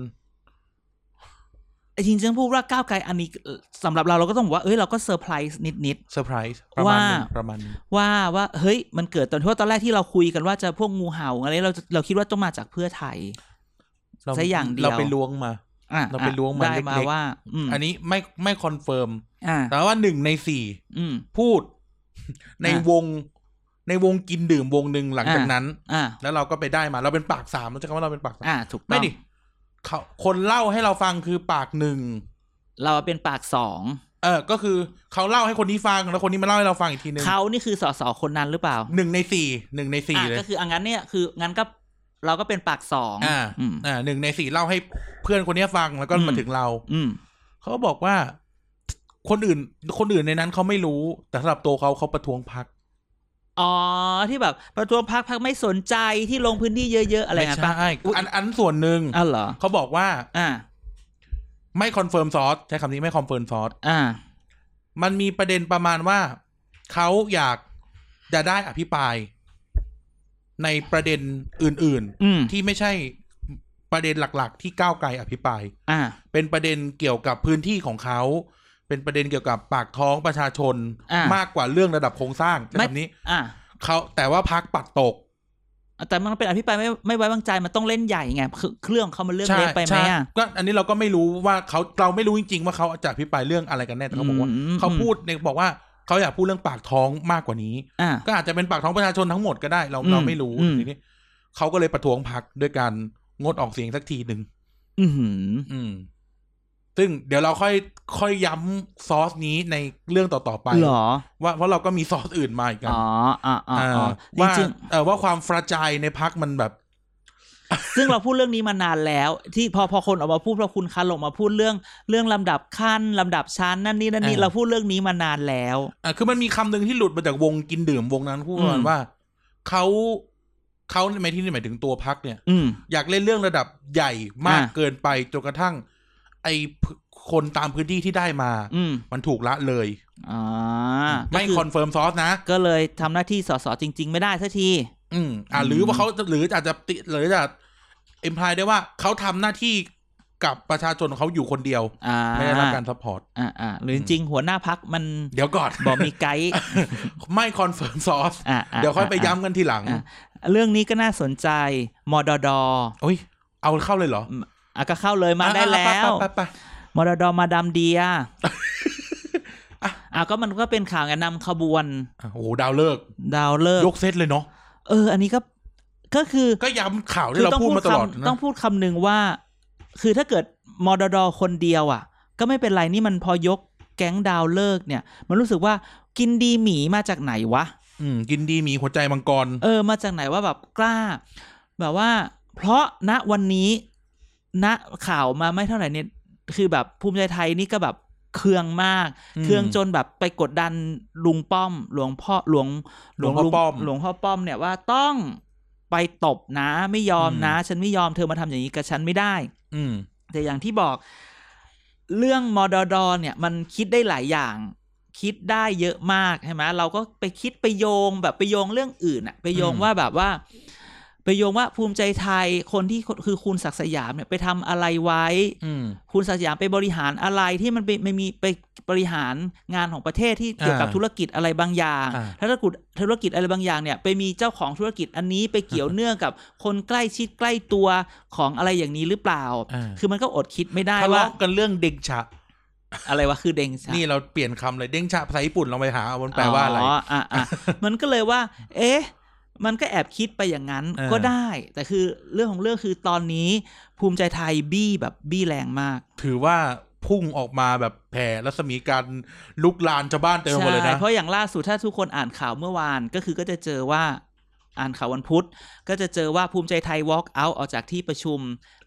Speaker 1: ไอ้จริงๆพูดว่าก้าวไกลอันนี้เอ่อสำหรับเราเราก็ต้องบอกว่าเอ้ยเราก็เซอร์ไพรส์นิด
Speaker 2: เซอร์ไพรส์ประมาณหนึง
Speaker 1: ว่า
Speaker 2: ประมาณหนึง
Speaker 1: ๆว่าว่าเฮ้ยมันเกิดตอนที่ว่าตอนแรกที่เราคุยกันว่าจะพวกงูเห่าอะไรเราเราคิดว่าต้องมาจากเพื่อไทย
Speaker 2: เรา
Speaker 1: ซะอย่างเดียว
Speaker 2: เราไปล้วงมา
Speaker 1: อ่ะ
Speaker 2: เราไปล้วงมา
Speaker 1: ได้มา
Speaker 2: เล็กๆ
Speaker 1: ว่า อืม
Speaker 2: อันนี้ไม่ไม่คอนเฟิร์ม
Speaker 1: อ่า
Speaker 2: แต่ว่าหนึ่งในสี่
Speaker 1: อืม
Speaker 2: พูด ใน
Speaker 1: อ่ะ
Speaker 2: วง ในวงกินดื่มวงหนึ่งหลังจาก
Speaker 1: อ่ะ
Speaker 2: นั้น
Speaker 1: อ่า
Speaker 2: แล้วเราก็ไปได้มา เราเป็นปากสามเราจะคำว่าเราเป็นปากสาม
Speaker 1: อ่าถูกต้
Speaker 2: ไม่
Speaker 1: อง
Speaker 2: ดิเขาคนเล่าให้เราฟังคือปากหนึ่ง
Speaker 1: เราเป็นปากสอง
Speaker 2: เออ ก็คือเขาเล่าให้คนนี้ฟังแล้วคนนี้มาเล่าให้เราฟังอีกทีหนึ่ง
Speaker 1: เขานี่คือสสคนนั้นหรือเปล่า
Speaker 2: หนึ่งในสี่หนึ่งในสี่
Speaker 1: อ่ะ
Speaker 2: เลย
Speaker 1: ก็คืออังั้นเนี่ยคืองั้นก็เราก็เป็นปากสอง
Speaker 2: อ่า
Speaker 1: อืม
Speaker 2: อ่าหนึ่งในสี่เล่าให้เพื่อนคนนี้ฟังแล้วก็
Speaker 1: อืม
Speaker 2: มาถึงเรา
Speaker 1: อืม
Speaker 2: เขาบอกว่า คนอื่น คนอื่นในนั้นเขาไม่รู้ แต่สำหรับตัวเขาเขาประท้วงพัก
Speaker 1: อ๋อที่แบบประท้วงพักพักไม่สนใจที่ลงพื้นที่เยอะๆอะไร
Speaker 2: ไม่
Speaker 1: นะปะ
Speaker 2: ใช่อันอันส่วนหนึ่ง
Speaker 1: อ้าวเหรอ
Speaker 2: เขาบอกว่า
Speaker 1: อ่า
Speaker 2: ไม่คอนเฟิร์มซอสใช้คำนี้ไม่คอนเฟิร์มซอส
Speaker 1: อ่า
Speaker 2: มันมีประเด็นประมาณว่าเขาอยากจะได้อภิปราย ในประเด็นอื่น
Speaker 1: อืม
Speaker 2: ๆ ที่ไม่ใช่ประเด็นหลัก ๆ ที่ก้าวไกลอภิปราย
Speaker 1: อ่า
Speaker 2: เป็นประเด็นเกี่ยวกับพื้นที่ของเขา เป็นประเด็นเกี่ยวกับปากท้องประชาชน
Speaker 1: อ่าม
Speaker 2: มากกว่าเรื่องระดับโครงสร้างใช้คำนี้
Speaker 1: อ่า
Speaker 2: เขาแต่ว่าพักปัดตก
Speaker 1: แต่มันเป็นอภิปรายไม่ไม่ไว้วางใจมันต้องเล่นใหญ่ไงคือเครื่องเขามันเรื่อง
Speaker 2: ใช่
Speaker 1: เล็กไปไหม
Speaker 2: ใช่
Speaker 1: อ่ะ
Speaker 2: ก็อันนี้เราก็ไม่รู้ว่าเขาเราไม่รู้จริงๆว่าเขาจะอภิปรายเรื่องอะไรกันแน่แต่เขาบอกว่า
Speaker 1: อืม
Speaker 2: เขาพูดเนี่ยบอกว่าเขาอยากพูดเรื่องปากท้องมากกว่านี้
Speaker 1: อ่า
Speaker 2: ก็อาจจะเป็นปากท้องประชาชนทั้งหมดก็ได้ เรา
Speaker 1: อืม
Speaker 2: เราไม่รู้
Speaker 1: อืม
Speaker 2: ทีนี้เขาก็เลยประท้วงพักด้วยการงดออกเสียงสักทีหนึ่ง
Speaker 1: อือหือ
Speaker 2: อืม ซึ่งเดี๋ยวเราค่อยค่อยย้ำซอสนี้ในเรื่องต่อๆไป
Speaker 1: เหรอ
Speaker 2: ว่าเพราะเราก็มีซอสอื่นมาอีกกั
Speaker 1: อ๋ออ่าอ่า
Speaker 2: อ่า
Speaker 1: อ๋อจ
Speaker 2: ว่า
Speaker 1: ริง
Speaker 2: เออว่าความฟราจายในพักมันแบบ
Speaker 1: ๆซึ่งเราพูดเรื่องนี้มานานแล้ว ที่พอพอคนออกมาพูดพอคุณคันลงมาพูดเรื่องเรื่องลำดับขั้นลำดับชั้นนั่นนี่นั่นนี่
Speaker 2: อ่า
Speaker 1: เราพูดเรื่องนี้มานานแล้ว
Speaker 2: อ่ะคือมันมีคำหนึ่งที่หลุดมาจากวงกินดื่มวงนั้นพูดประมา
Speaker 1: อื
Speaker 2: ณ
Speaker 1: ม
Speaker 2: ว่าเขาเขาในที่นี่หมายถึงตัวพักเนี่ย
Speaker 1: อืม
Speaker 2: อยากเล่นเรื่องระดับใหญ่มาก
Speaker 1: อ่ะ
Speaker 2: เกินไปจนกระทั่ง ไอ คนตามพื้นที่ที่ได้มา
Speaker 1: อืม
Speaker 2: มันถูกละเลย
Speaker 1: อ่า
Speaker 2: ไม่
Speaker 1: ก็
Speaker 2: คอนเฟิร์มซอสนะ
Speaker 1: ก็เลยทำหน้าที่สสจริง ๆ ไม่ได้สักที
Speaker 2: อืมอ่า
Speaker 1: อืม
Speaker 2: หรือว่าเขาหรืออาจจะติหรือจะเอ็มพายได้ว่าเขาทำหน้าที่กับประชาชนของเขาอยู่คนเดียว
Speaker 1: อ่า
Speaker 2: ไม่ได้รับการซัพพอร์ต
Speaker 1: อ่าอ่าหรือจริงๆหัวหน้าพักมัน
Speaker 2: เดี๋ยวก่อน
Speaker 1: บอกมีไกด์
Speaker 2: ไม่คอนเฟิร์มซอส
Speaker 1: อ่าา
Speaker 2: เดี๋ยวค่อยไปย้ำ
Speaker 1: า
Speaker 2: กันทีหลัง
Speaker 1: อ่าเรื่องนี้ก็น่าสนใจมดด
Speaker 2: โอ้ย เอาเข้าเลยเหรอ
Speaker 1: อ่ะก็เข้าเลยมาได้
Speaker 2: อ่ะ
Speaker 1: แล้
Speaker 2: อ่ะ
Speaker 1: ว
Speaker 2: ไปไปไปไป
Speaker 1: มรดมาดามเดีย
Speaker 2: อ่ะ
Speaker 1: อ่ะก็มันก็เป็นข่าวไงนำขบวน
Speaker 2: อ่ะโอ้โหดาวเลิกษ์
Speaker 1: ดาวเลิกษ์
Speaker 2: ยกเซตเลยเนาะ
Speaker 1: เออ อันนี้ก็ ก็คือ
Speaker 2: ก็ย้ำข่าว
Speaker 1: คื
Speaker 2: ที่เราพูดมาตลอด
Speaker 1: คำ
Speaker 2: นะ
Speaker 1: ต้องพูดคำหนึ่งว่า คือถ้าเกิดมรดคนเดียวอ่ะ ก็ไม่เป็นไรนี่มันพอยกแก๊งดาวเลิกษ์เนี่ย มันรู้สึกว่ากินดีหมีมาจากไหนวะ
Speaker 2: อืมกินดีมีหัวใจมังกร
Speaker 1: เออ มาจากไหนว่าแบบกล้า แบบว่า เพราะณวันนี้ณข่าวมาไม่เท่าไหร่เนี่ย คือแบบภูมิใจไทยนี่ก็แบบเคืองมาก
Speaker 2: อืม
Speaker 1: เคืองจนแบบไปกดดันลุงป้อม หลวงพ่อหลวง
Speaker 2: หลวงพ่อป้อม
Speaker 1: หลวงพ่อป้อมเนี่ยว่าต้องไปตบนะ ไม่ยอมนะ ฉันไม่ยอมเธอมาทำอย่างนี้กับฉันไม่ได้
Speaker 2: ืม
Speaker 1: แต่อย่างที่บอกเรื่องมดดเนี่ยมันคิดได้หลายอย่าง คิดได้เยอะมากใช่ไหมเราก็ไปคิดไปโยงแบบไปโยงเรื่องอื่นอะไปโยง
Speaker 2: อืม
Speaker 1: ว่าแบบว่า ไปโยงว่าภูมิใจไทยคนที่คือคุณศักดิ์สยามเนี่ยไปทำอะไรไว้
Speaker 2: อืม
Speaker 1: คุณศักดิ์สยามไปบริหารอะไรที่มันไปไม่มีไปบริหารงานของประเทศที่เกี่ยวกับ
Speaker 2: อ่า
Speaker 1: ธุรกิจอะไรบางอย่าง
Speaker 2: อ่า
Speaker 1: ถ้าธุรกิจธุรกิจอะไรบางอย่างเนี่ย ไปมีเจ้าของธุรกิจอันนี้ไปเกี่ยวเนื่องกับคนใกล้ชิดใกล้ตัวของอะไรอย่างนี้หรือเปล่า
Speaker 2: อ่า
Speaker 1: คือมันก็อดคิดไม่ได้
Speaker 2: ทะ
Speaker 1: ว่า
Speaker 2: เลาะกันเรื่องเด้งฉะ
Speaker 1: อะไรวะคือเด้งชะ
Speaker 2: นี่เราเปลี่ยนคำเลยเด้งฉะภาษาญี่ปุ่นลองไปหาเอามันแปลว่าอะไร
Speaker 1: ออ่ะ อ่ะ มันก็เลยว่า เอ๊ะ มันก็แอบคิดไปอย่างนั้น
Speaker 2: เออ
Speaker 1: ก็ได้ แต่คือเรื่องของเรื่องคือตอนนี้ ภูมิใจไทยบี้แบบบี้แรงมาก
Speaker 2: ถือว่าพุ่งออกมาแบบแผ่รัศมีการลุกลานชาวบ้านเต็มไปหมดเลยนะ
Speaker 1: เพราะอย่างล่าสุดถ้าทุกคนอ่านข่าวเมื่อวานก็คือก็จะเจอว่าอ่านข่าววันพุธ ก็จะเจอว่าภูมิใจไทย walk out ออกจากที่ประชุม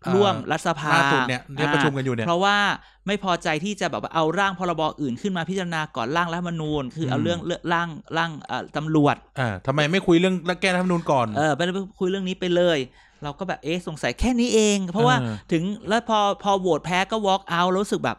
Speaker 2: อ่า
Speaker 1: ร่วมรัฐสภา
Speaker 2: ล่าสุดเนี่ยที่ประชุมกันอยู่เนี่ย
Speaker 1: เพราะว่าไม่พอใจที่จะแบบว่าเอาร่างพรบอื่นขึ้นมาพิจารณาก่อนร่างรัฐธรรมนูญ คือเอา
Speaker 2: อืม
Speaker 1: เรื่องเรื่องร่างร่างเอ่อตำรวจ
Speaker 2: อ่าทำไมไม่คุยเรื่องแก้รัฐธรรมนูญก่อน
Speaker 1: เออไปคุยเรื่องนี้ไปเลย เราก็แบบเอ๊ะสงสัยแค่นี้เอง เพราะว่า
Speaker 2: เออ
Speaker 1: ถึงแล้วพอพอโหวตแพ้ก็ walk out แล้วรู้สึกแบบ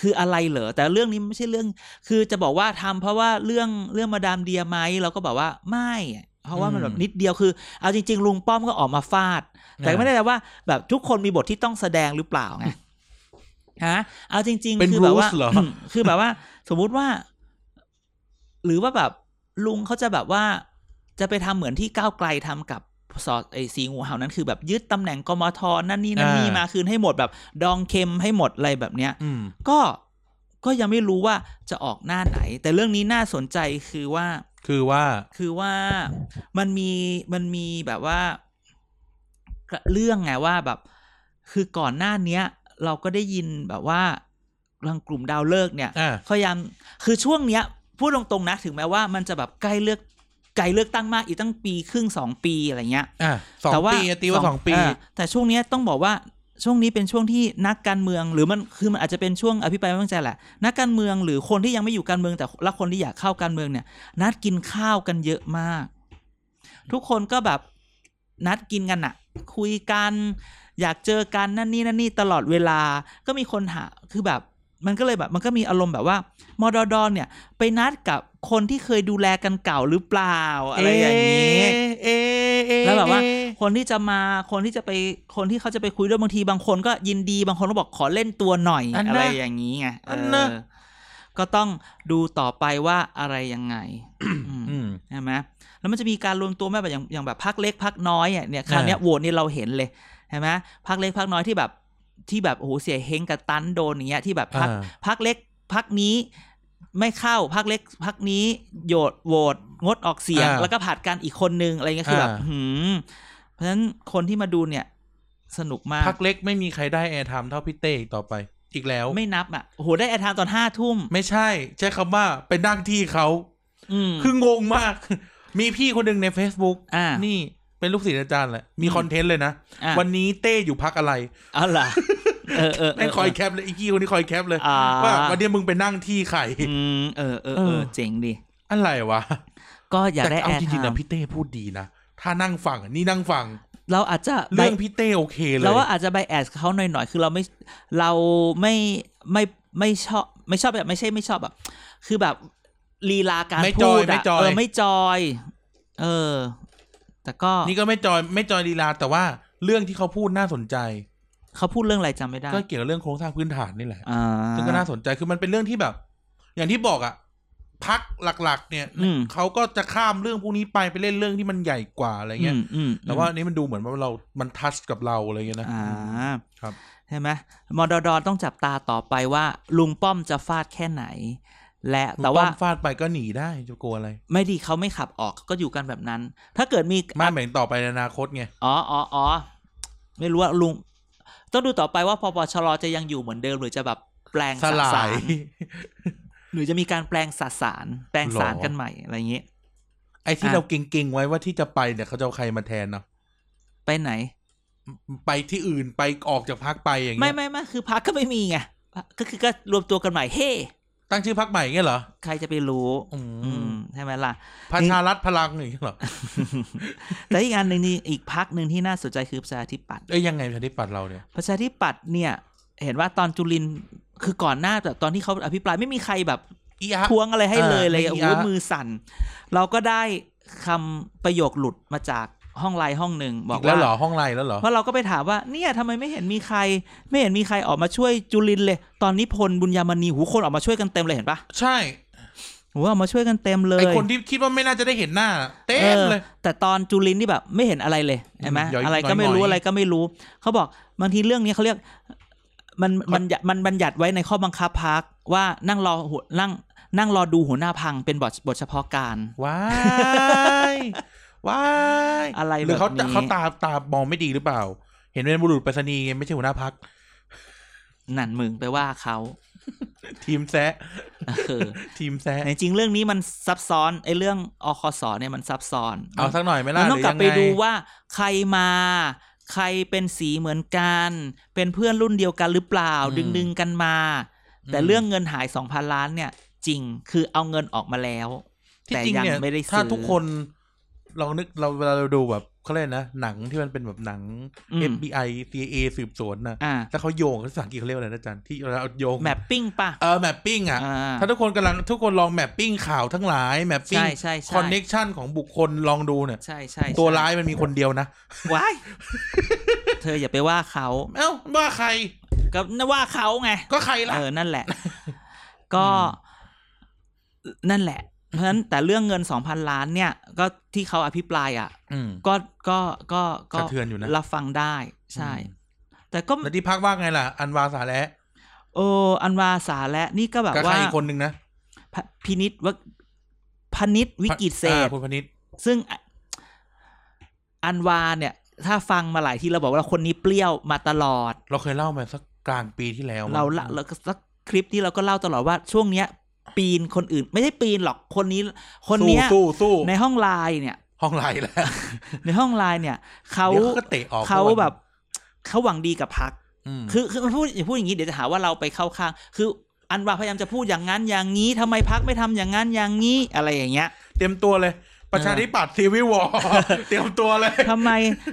Speaker 1: คืออะไรเหรอแต่เรื่องนี้ไม่ใช่เรื่อง คือจะบอกว่าทำเพราะว่าเรื่องเรื่องมาดามเดียไหมเราก็บอกว่าไม่อะเพราะว่ามันแบบนิดเดียวคือ เอาจริง ๆ ลุงป้อมก็ออกมาฟาด แต่ไม่ได้แปลว่า แบบทุกคนมีบทที่ต้องแสดงหรือเปล่าไงฮะเอาจริง
Speaker 2: เป็
Speaker 1: ๆ
Speaker 2: น
Speaker 1: คือแบบว่า
Speaker 2: Bruce เหรอ
Speaker 1: คือแบบว่า สมมุติว่า หรือว่าแบบลุงเขาจะแบบว่า จะไปทำเหมือนที่ก้าวไกลทำกับสอไอสีงูเห่านั้นคือแบบยึดตำแหน่งกมทนั่นนี่นั่นนี่
Speaker 2: อ่าม
Speaker 1: มาคืนให้หมดแบบดองเค็มให้หมดอะไรแบบเนี้ย
Speaker 2: อืม
Speaker 1: ก็ก็ยังไม่รู้ว่าจะออกหน้าไหน แต่เรื่องนี้น่าสนใจคือว่า
Speaker 2: คือว่า
Speaker 1: คือว่ามันมีมันมีแบบว่ากระเรื่องไงว่าแบบ คือก่อนหน้าเนี้ย เราก็ได้ยินแบบว่าทางกลุ่มดาวเลิกษ์เนี่ย
Speaker 2: อ่า
Speaker 1: พยายามคือช่วงเนี้ยพูดตรงๆนะถึงแม้ว่ามันจะแบบใกล้เลือกไกลเลือกตั้งมากอีกตั้งปีครึ่งสองปีอะไรเงี้ย
Speaker 2: อ่าสอง
Speaker 1: แต่ว่า
Speaker 2: ปีตีว่าสองปี
Speaker 1: เแต่ช่วงเนี้ยต้องบอกว่าช่วงนี้เป็นช่วงที่นักการเมือง หรือมันคือมันอาจจะเป็นช่วงอภิปรายไม่ไว้วางใจแหละนักการเมืองหรือคนที่ยังไม่อยู่การเมืองแต่ละคนที่อยากเข้าการเมืองเนี่ย นัดกินข้าวกันเยอะมาก ทุกคนก็แบบนัดกินกันอะคุยกัน อยากเจอกันนั่นนี่นั่นนี่ตลอดเวลาก็มีคนหาคือแบบ มันก็เลยแบบ มันก็มีอารมณ์แบบว่ามดดเนี่ย ไปนัดกับคนที่เคยดูแลกันเก่าหรือเปล่าอะไรอย่างนี้
Speaker 2: เอ๊ะเอ๊ะ
Speaker 1: แล้วแบบว่า
Speaker 2: เอ๊ะ
Speaker 1: คนที่จะมาคนที่จะไปคนที่เขาจะไปคุยด้วยบางทีบางคนก็ยินดีบางคนก็บอกขอเล่นตัวหน่อย
Speaker 2: อันน่ะ
Speaker 1: อะไรอย่างนี้ไงเออน
Speaker 2: น่ะ
Speaker 1: อก็ต้องดูต่อไปว่าอะไรยัง ไงอืม
Speaker 2: อืม
Speaker 1: ใช่ไหมแล้วมันจะมีการรวมตัวแม่แบบอย่างอย่างแบบพักเล็กพักน้อยอ่ะเนี่ยคราวเนี้ย
Speaker 2: อ่า
Speaker 1: โหวตนี่เราเห็นเลยใช่ไหมพักเล็กพักน้อยที่แบบที่แบบโอ้โหเสียเฮงกับตันโดนอย่างเงี้ยที่แบบพัก
Speaker 2: อ่า
Speaker 1: พักเล็กพักนี้ไม่เข้าพักเล็กพักนี้โยดโหวตงดออกเสียง
Speaker 2: อ่า
Speaker 1: แล้วก็ผลัดกันอีกคนนึงอะไรเงี้ยคือแบบ
Speaker 2: อ่า
Speaker 1: หืมเพราะฉะนั้นคนที่มาดูเนี่ย สนุกมาก
Speaker 2: พักเล็กไม่มีใครได้แอร์ไทม์เท่าพี่เต้อีกต่อไป อีกแล้ว
Speaker 1: ไม่นับอ่ะโอ้โหได้แอร์ไทม์ตอนห้าทุ่ม
Speaker 2: ไม่ใช่ ใช้คำว่าเป็นหน้าที่เขา
Speaker 1: อืม
Speaker 2: คืองงมาก มีพี่คนหนึ่งใน Facebook
Speaker 1: อ่า
Speaker 2: นี่เป็นลูกศิษย์อาจารย์แหละ มีคอนเทนต์เลยนะ
Speaker 1: อ่ะ
Speaker 2: วันนี้เต้อยู่พักอะไร
Speaker 1: เอาล่ะเออเออเอ
Speaker 2: แม่ง
Speaker 1: อ
Speaker 2: คอยแคปเลยไอ้พี่คนนี้คอยแคปเลย
Speaker 1: อ่า
Speaker 2: ว่าวันนี้มึงไปนั่งที่ใคร
Speaker 1: อืมเออเออ
Speaker 2: เอ
Speaker 1: เอ
Speaker 2: อ
Speaker 1: อเจ๋งดิ
Speaker 2: อะไรวะ
Speaker 1: ก็อยาก
Speaker 2: แต่
Speaker 1: ได้
Speaker 2: เอา
Speaker 1: แอร์
Speaker 2: จ
Speaker 1: ไท
Speaker 2: ริงๆนะ
Speaker 1: ม์
Speaker 2: พี่เต้พูดดีนะ ถ้านั่งฟังอะนี่นั่งฟัง
Speaker 1: เราอาจจะ
Speaker 2: เรื่องพี่เต้โอเคเลย
Speaker 1: เราว่าอาจจะไบแอสเขาหน่อยๆคือเราไม่เราไม่ไม่ไม่ชอบไม่ชอบแบบ ไม่ใช่ไม่ชอบแบบ คือแบบลีลาการ
Speaker 2: ไม่จ
Speaker 1: พู
Speaker 2: อย
Speaker 1: ด
Speaker 2: ไม่
Speaker 1: อะ
Speaker 2: จอย
Speaker 1: เออไม่จอย เออ แต่ก็
Speaker 2: นี่ก็ไม่จอยไม่จอยลีลาแต่ว่าเรื่องที่เขาพูดน่าสนใจ
Speaker 1: เขาพูดเรื่องอะไรจำไม่ได้
Speaker 2: ก็เกี่ยวกับเรื่องโครงสร้างพื้นฐานนี่แหละ
Speaker 1: อ่า
Speaker 2: ซึ่งก็น่าสนใจคือมันเป็นเรื่องที่แบบ อย่างที่บอกอะพักหลักๆ เนี่ย
Speaker 1: อืม
Speaker 2: เขาก็จะข้ามเรื่องพวกนี้ไปไปเล่นเรื่องที่มันใหญ่กว่าอะไรเงี้ย
Speaker 1: อืมอืม
Speaker 2: แต่ว่าอันนี้มันดูเหมือนว่าเรา มันทัชกับเราอะไรเงี้ยนะ
Speaker 1: อ่า
Speaker 2: ครับ
Speaker 1: ใช่ไหมมอดอดอต้องจับตาต่อไปว่า ลุงป้อมจะฟาดแค่ไหน และแต่
Speaker 2: แต่ว่า
Speaker 1: ว่า
Speaker 2: ฟาดไปก็หนีได้จะกลัวอะไร
Speaker 1: ไม่ดีเขาไม่ขับออกก็อยู่กันแบบนั้น ถ้าเกิดมี
Speaker 2: มาแบ่งต่อไปในอนาคตไง
Speaker 1: อ๋ออ๋ออ๋อไม่รู้ว่าลุง ต้องดูต่อไปว่าพปชรจะยังอยู่เหมือนเดิมหรือจะแบบแปลง
Speaker 2: ส
Speaker 1: ส
Speaker 2: ลา
Speaker 1: สาย รหรือจะมีการแปลงสสาร แปลงสาร
Speaker 2: หรอ
Speaker 1: กันใหม่อะไรอย่างเงี้ย
Speaker 2: ไอ้ที่
Speaker 1: อ่ะ
Speaker 2: เราเก่งๆไว้ว่าที่จะไปเนี่ยเขาจะเอาใครมาแทนเนาะ
Speaker 1: ไปไหน
Speaker 2: ไปที่อื่นไปออกจากพักไปอย่าง
Speaker 1: ไม่
Speaker 2: เงี้ย
Speaker 1: ไม่ไม่คือพักก็ไม่มีไงพรรคก็คือก็รวมตัวกันใหม่เฮ้
Speaker 2: ตั้งชื่อพักใหม่เงี้ยเหรอ
Speaker 1: ใครจะไปรู้
Speaker 2: อื
Speaker 1: อื
Speaker 2: ม
Speaker 1: มใช่ไหมล่ะ
Speaker 2: ประชารัฐพลังอย่างเงี้ยเหรอ
Speaker 1: แต่อีกอันหนึ่งนี่อีกพักหนึ่งที่น่าสนใจคือประชาธิปัตย์
Speaker 2: เอ้ยยังไงประชาธิปัตย์เราเนี่ย
Speaker 1: ประชาธิปัตย์เนี่ย เห็นว่าตอนจุลินคือก่อนหน้าแบบตอนที่เขาอภิปรายไม่มีใครแบบ
Speaker 2: อีอะ
Speaker 1: ทวงอะไรให้เลย
Speaker 2: เออ
Speaker 1: เลยโอ้
Speaker 2: ไม่มี
Speaker 1: โห
Speaker 2: อะ
Speaker 1: มือสั่น เราก็ได้คำประโยคหลุดมาจากห้องไลน์ห้องหนึ่งบอก
Speaker 2: อีกแล้ว
Speaker 1: ว่า
Speaker 2: เหรอห้องไลน์แล้วเหรอ
Speaker 1: เพราะเราก็ไปถามว่าเนี่ยทำไมไม่เห็นมีใคร ไม่เห็นมีใครออกมาช่วยจุลินเลย ตอนนี้พลบุญยามณีหูคนออกมาช่วยกันเต็มเลยเห็นปะ
Speaker 2: ใช่
Speaker 1: หูออกมาช่วยกันเต็มเลย
Speaker 2: ไอคนที่คิดว่าไม่น่าจะได้เห็นหน้า เต็มเลย
Speaker 1: ออแต่ตอนจุลินที่แบบไม่เห็นอะไรเลยใช่ไหม
Speaker 2: หย่อย
Speaker 1: อะไรก็ไม่รู้
Speaker 2: หน่อยๆ
Speaker 1: อะไรก็ไม่รู้ เขาบอกบางทีเรื่องนี้เขาเรียก มันมันมันบัญญัติไว้ในข้อบังคับพักว่านั่งรอหัวนั่ง นั่งรอดูหัวหน้าพังเป็นบทบทเฉพาะการ
Speaker 2: ว้ายว้าย
Speaker 1: อะไร
Speaker 2: หรือเขา
Speaker 1: แบบนี้
Speaker 2: เขาตาตามองไม่ดีหรือเปล่า เห็นเป็นบุรุษไปรษณีย์ไงไม่ใช่หัวหน้าพัก
Speaker 1: นั่นมึงไปว่าเขา
Speaker 2: ทีมแซะ
Speaker 1: เออ
Speaker 2: ทีมแซะ
Speaker 1: แต่จริงๆเรื่องนี้มันซับซ้อนไอ้เรื่องอคสเนี่ยมันซับซ้อน
Speaker 2: เอาสักหน่อยไหมล่ะ
Speaker 1: มัน
Speaker 2: ห
Speaker 1: ต้องก
Speaker 2: รื
Speaker 1: ลั
Speaker 2: อบ ยัง
Speaker 1: ไป
Speaker 2: ไง
Speaker 1: ดูว่าใครมา ใครเป็นสีเหมือนกัน เป็นเพื่อนรุ่นเดียวกันหรือเปล่า ดึงดึงๆกันมา แต่เรื่องเงินหายสองพันล้านเนี่ย จริงคือเอาเงินออกมาแล้ว
Speaker 2: ที่
Speaker 1: แต่
Speaker 2: จริง
Speaker 1: ยัง
Speaker 2: เนี่ย
Speaker 1: ไม่ได้
Speaker 2: ถ้า
Speaker 1: ซื้อ
Speaker 2: ทุกคนลองนึกเราเวลาเราดูแบบเขาเรียกนะ หนังที่มันเป็นแบบหนัง
Speaker 1: อืม
Speaker 2: FBI CIA สืบสวนนะ
Speaker 1: อ่า
Speaker 2: ถ้าเขาโยงภาษาอังกฤษเขาเรียกว่าอะไรนะอาจันที่เราโยง
Speaker 1: แมปปิ้งปะ
Speaker 2: เออแมปปิ้งอ่ะ
Speaker 1: อ่า
Speaker 2: ถ้าทุกคนกำลังทุกคนลองแมปปิ้งข่าวทั้งหลายแมปปิ้ง
Speaker 1: ใช่ใช่ใช่
Speaker 2: คอนเน็ชันของบุคคลลองดูเนี่ย
Speaker 1: ใช่ใช่ใช่
Speaker 2: ตัวร้ายมันมีคนเดียวนะ
Speaker 1: ว้าย เธออย่าไปว่าเขา
Speaker 2: เอ้าว่าใคร
Speaker 1: ก็น่าว่าเขาไง
Speaker 2: ก็ใครล่ะ
Speaker 1: เออ นั่นแห ละ ก็นั่นแหละ เพราะฉะนั้นแต่เรื่องเงินสองพันล้านเนี่ย ก็ที่เขาอภิปรายอ่ะ
Speaker 2: อืม
Speaker 1: ก็ก็ก็ก็
Speaker 2: สะเทือนอยู่นะ
Speaker 1: รับฟังได้ใช่
Speaker 2: อืม
Speaker 1: แต่ก็
Speaker 2: แล้วที่พักว่าไงล่ะ อันวาสาและ
Speaker 1: โออันวาสาและนี่ก็แบบ
Speaker 2: กับใค
Speaker 1: ว่าร
Speaker 2: อีกคนนึงนะ
Speaker 1: พะพินิษว่าพนิษวิกิตเศษ
Speaker 2: อ่าคุณพนิษ
Speaker 1: ซึ่งอ่ะอันวาเนี่ย ถ้าฟังมาหลายที่เราบอกว่าคนนี้เปรี้ยวมาตลอด
Speaker 2: เราเคยเล่ามาสักกลางปีที่แล้วมั้ง
Speaker 1: เราละเราก็สักคลิปที่เราก็เล่าตลอดว่าช่วงเนี้ย ปีนคนอื่น ไม่ใช่ปีนหรอกคนนี้ คนเนี้ย
Speaker 2: สู้สู้สู้
Speaker 1: ในห้องไลน์เนี่ย
Speaker 2: ห้องไลน์แล้ว
Speaker 1: ในห้องไลน์เนี่ยเขา
Speaker 2: เดี๋ยวเขาก็เตะออก
Speaker 1: เขา
Speaker 2: ทุกวัน
Speaker 1: แบบเขาหวังดีกับพัก
Speaker 2: ม
Speaker 1: คือคือมันพูดอย่าพูดอย่างนี้เดี๋ยวจะหาว่าเราไปเข้าข้าง คือ อันวาพยายามจะพูดอย่างนั้นอย่างนี้ทำไมพักไม่ทำอย่างนั้นอย่างนี้อะไรอย่างเงี้ย
Speaker 2: เตรียมตัวเลย ประชาธิปัตย์ซีวิวอ ร์เตรียมตัวเลย
Speaker 1: ทำไม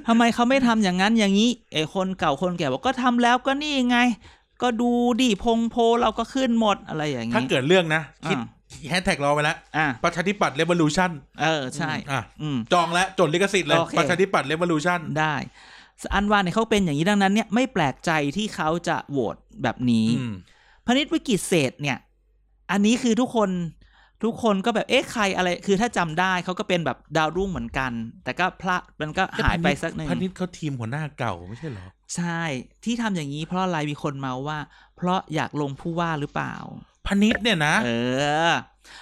Speaker 1: ทำไมเขาไม่ทำอย่างนั้นอย่างนี้ไอคนเก่าคนแก่บอกก็ทำแล้วก็นี่ไง ก็ดูดิพงโพลเราก็ขึ้นหมดอะไรอย่าง
Speaker 2: ถ้า
Speaker 1: นี้
Speaker 2: เกิดเรื่องนะคิด
Speaker 1: อ่า
Speaker 2: แฮชแท็กเราไปแล้ว
Speaker 1: อ่ะ
Speaker 2: ประชาธิปัตย์เรวอลูชั่น
Speaker 1: เออใช่
Speaker 2: อ่ะ
Speaker 1: อืม
Speaker 2: จองแล้วจดลิขสิทธิ์เลย
Speaker 1: โอเค
Speaker 2: ประชาธิปัตย์เรวอลูชั่น
Speaker 1: ได้อันวาเนี่ยเขาเป็นอย่างนี้ดังนั้นเนี่ยไม่แปลกใจที่เขาจะโหวตแบบนี้ พนิษวิกิตเศษเนี่ย อันนี้คือทุกคนทุกคนก็แบบเอ๊ะใครอะไร คือถ้าจำได้เขาก็เป็นแบบดาวรุ่งเหมือนกัน แต่ก็พระมันก็หายไปสักหนึ่ง
Speaker 2: พนิษเขาทีมหัวหน้าเก่าไม่ใช่เหรอ
Speaker 1: ใช่ ที่ทำอย่างนี้เพราะอะไรมีคนเมาว่า เพราะอยากลงผู้ว่าหรือเปล่า
Speaker 2: พนิษเนี่ยนะ
Speaker 1: เออ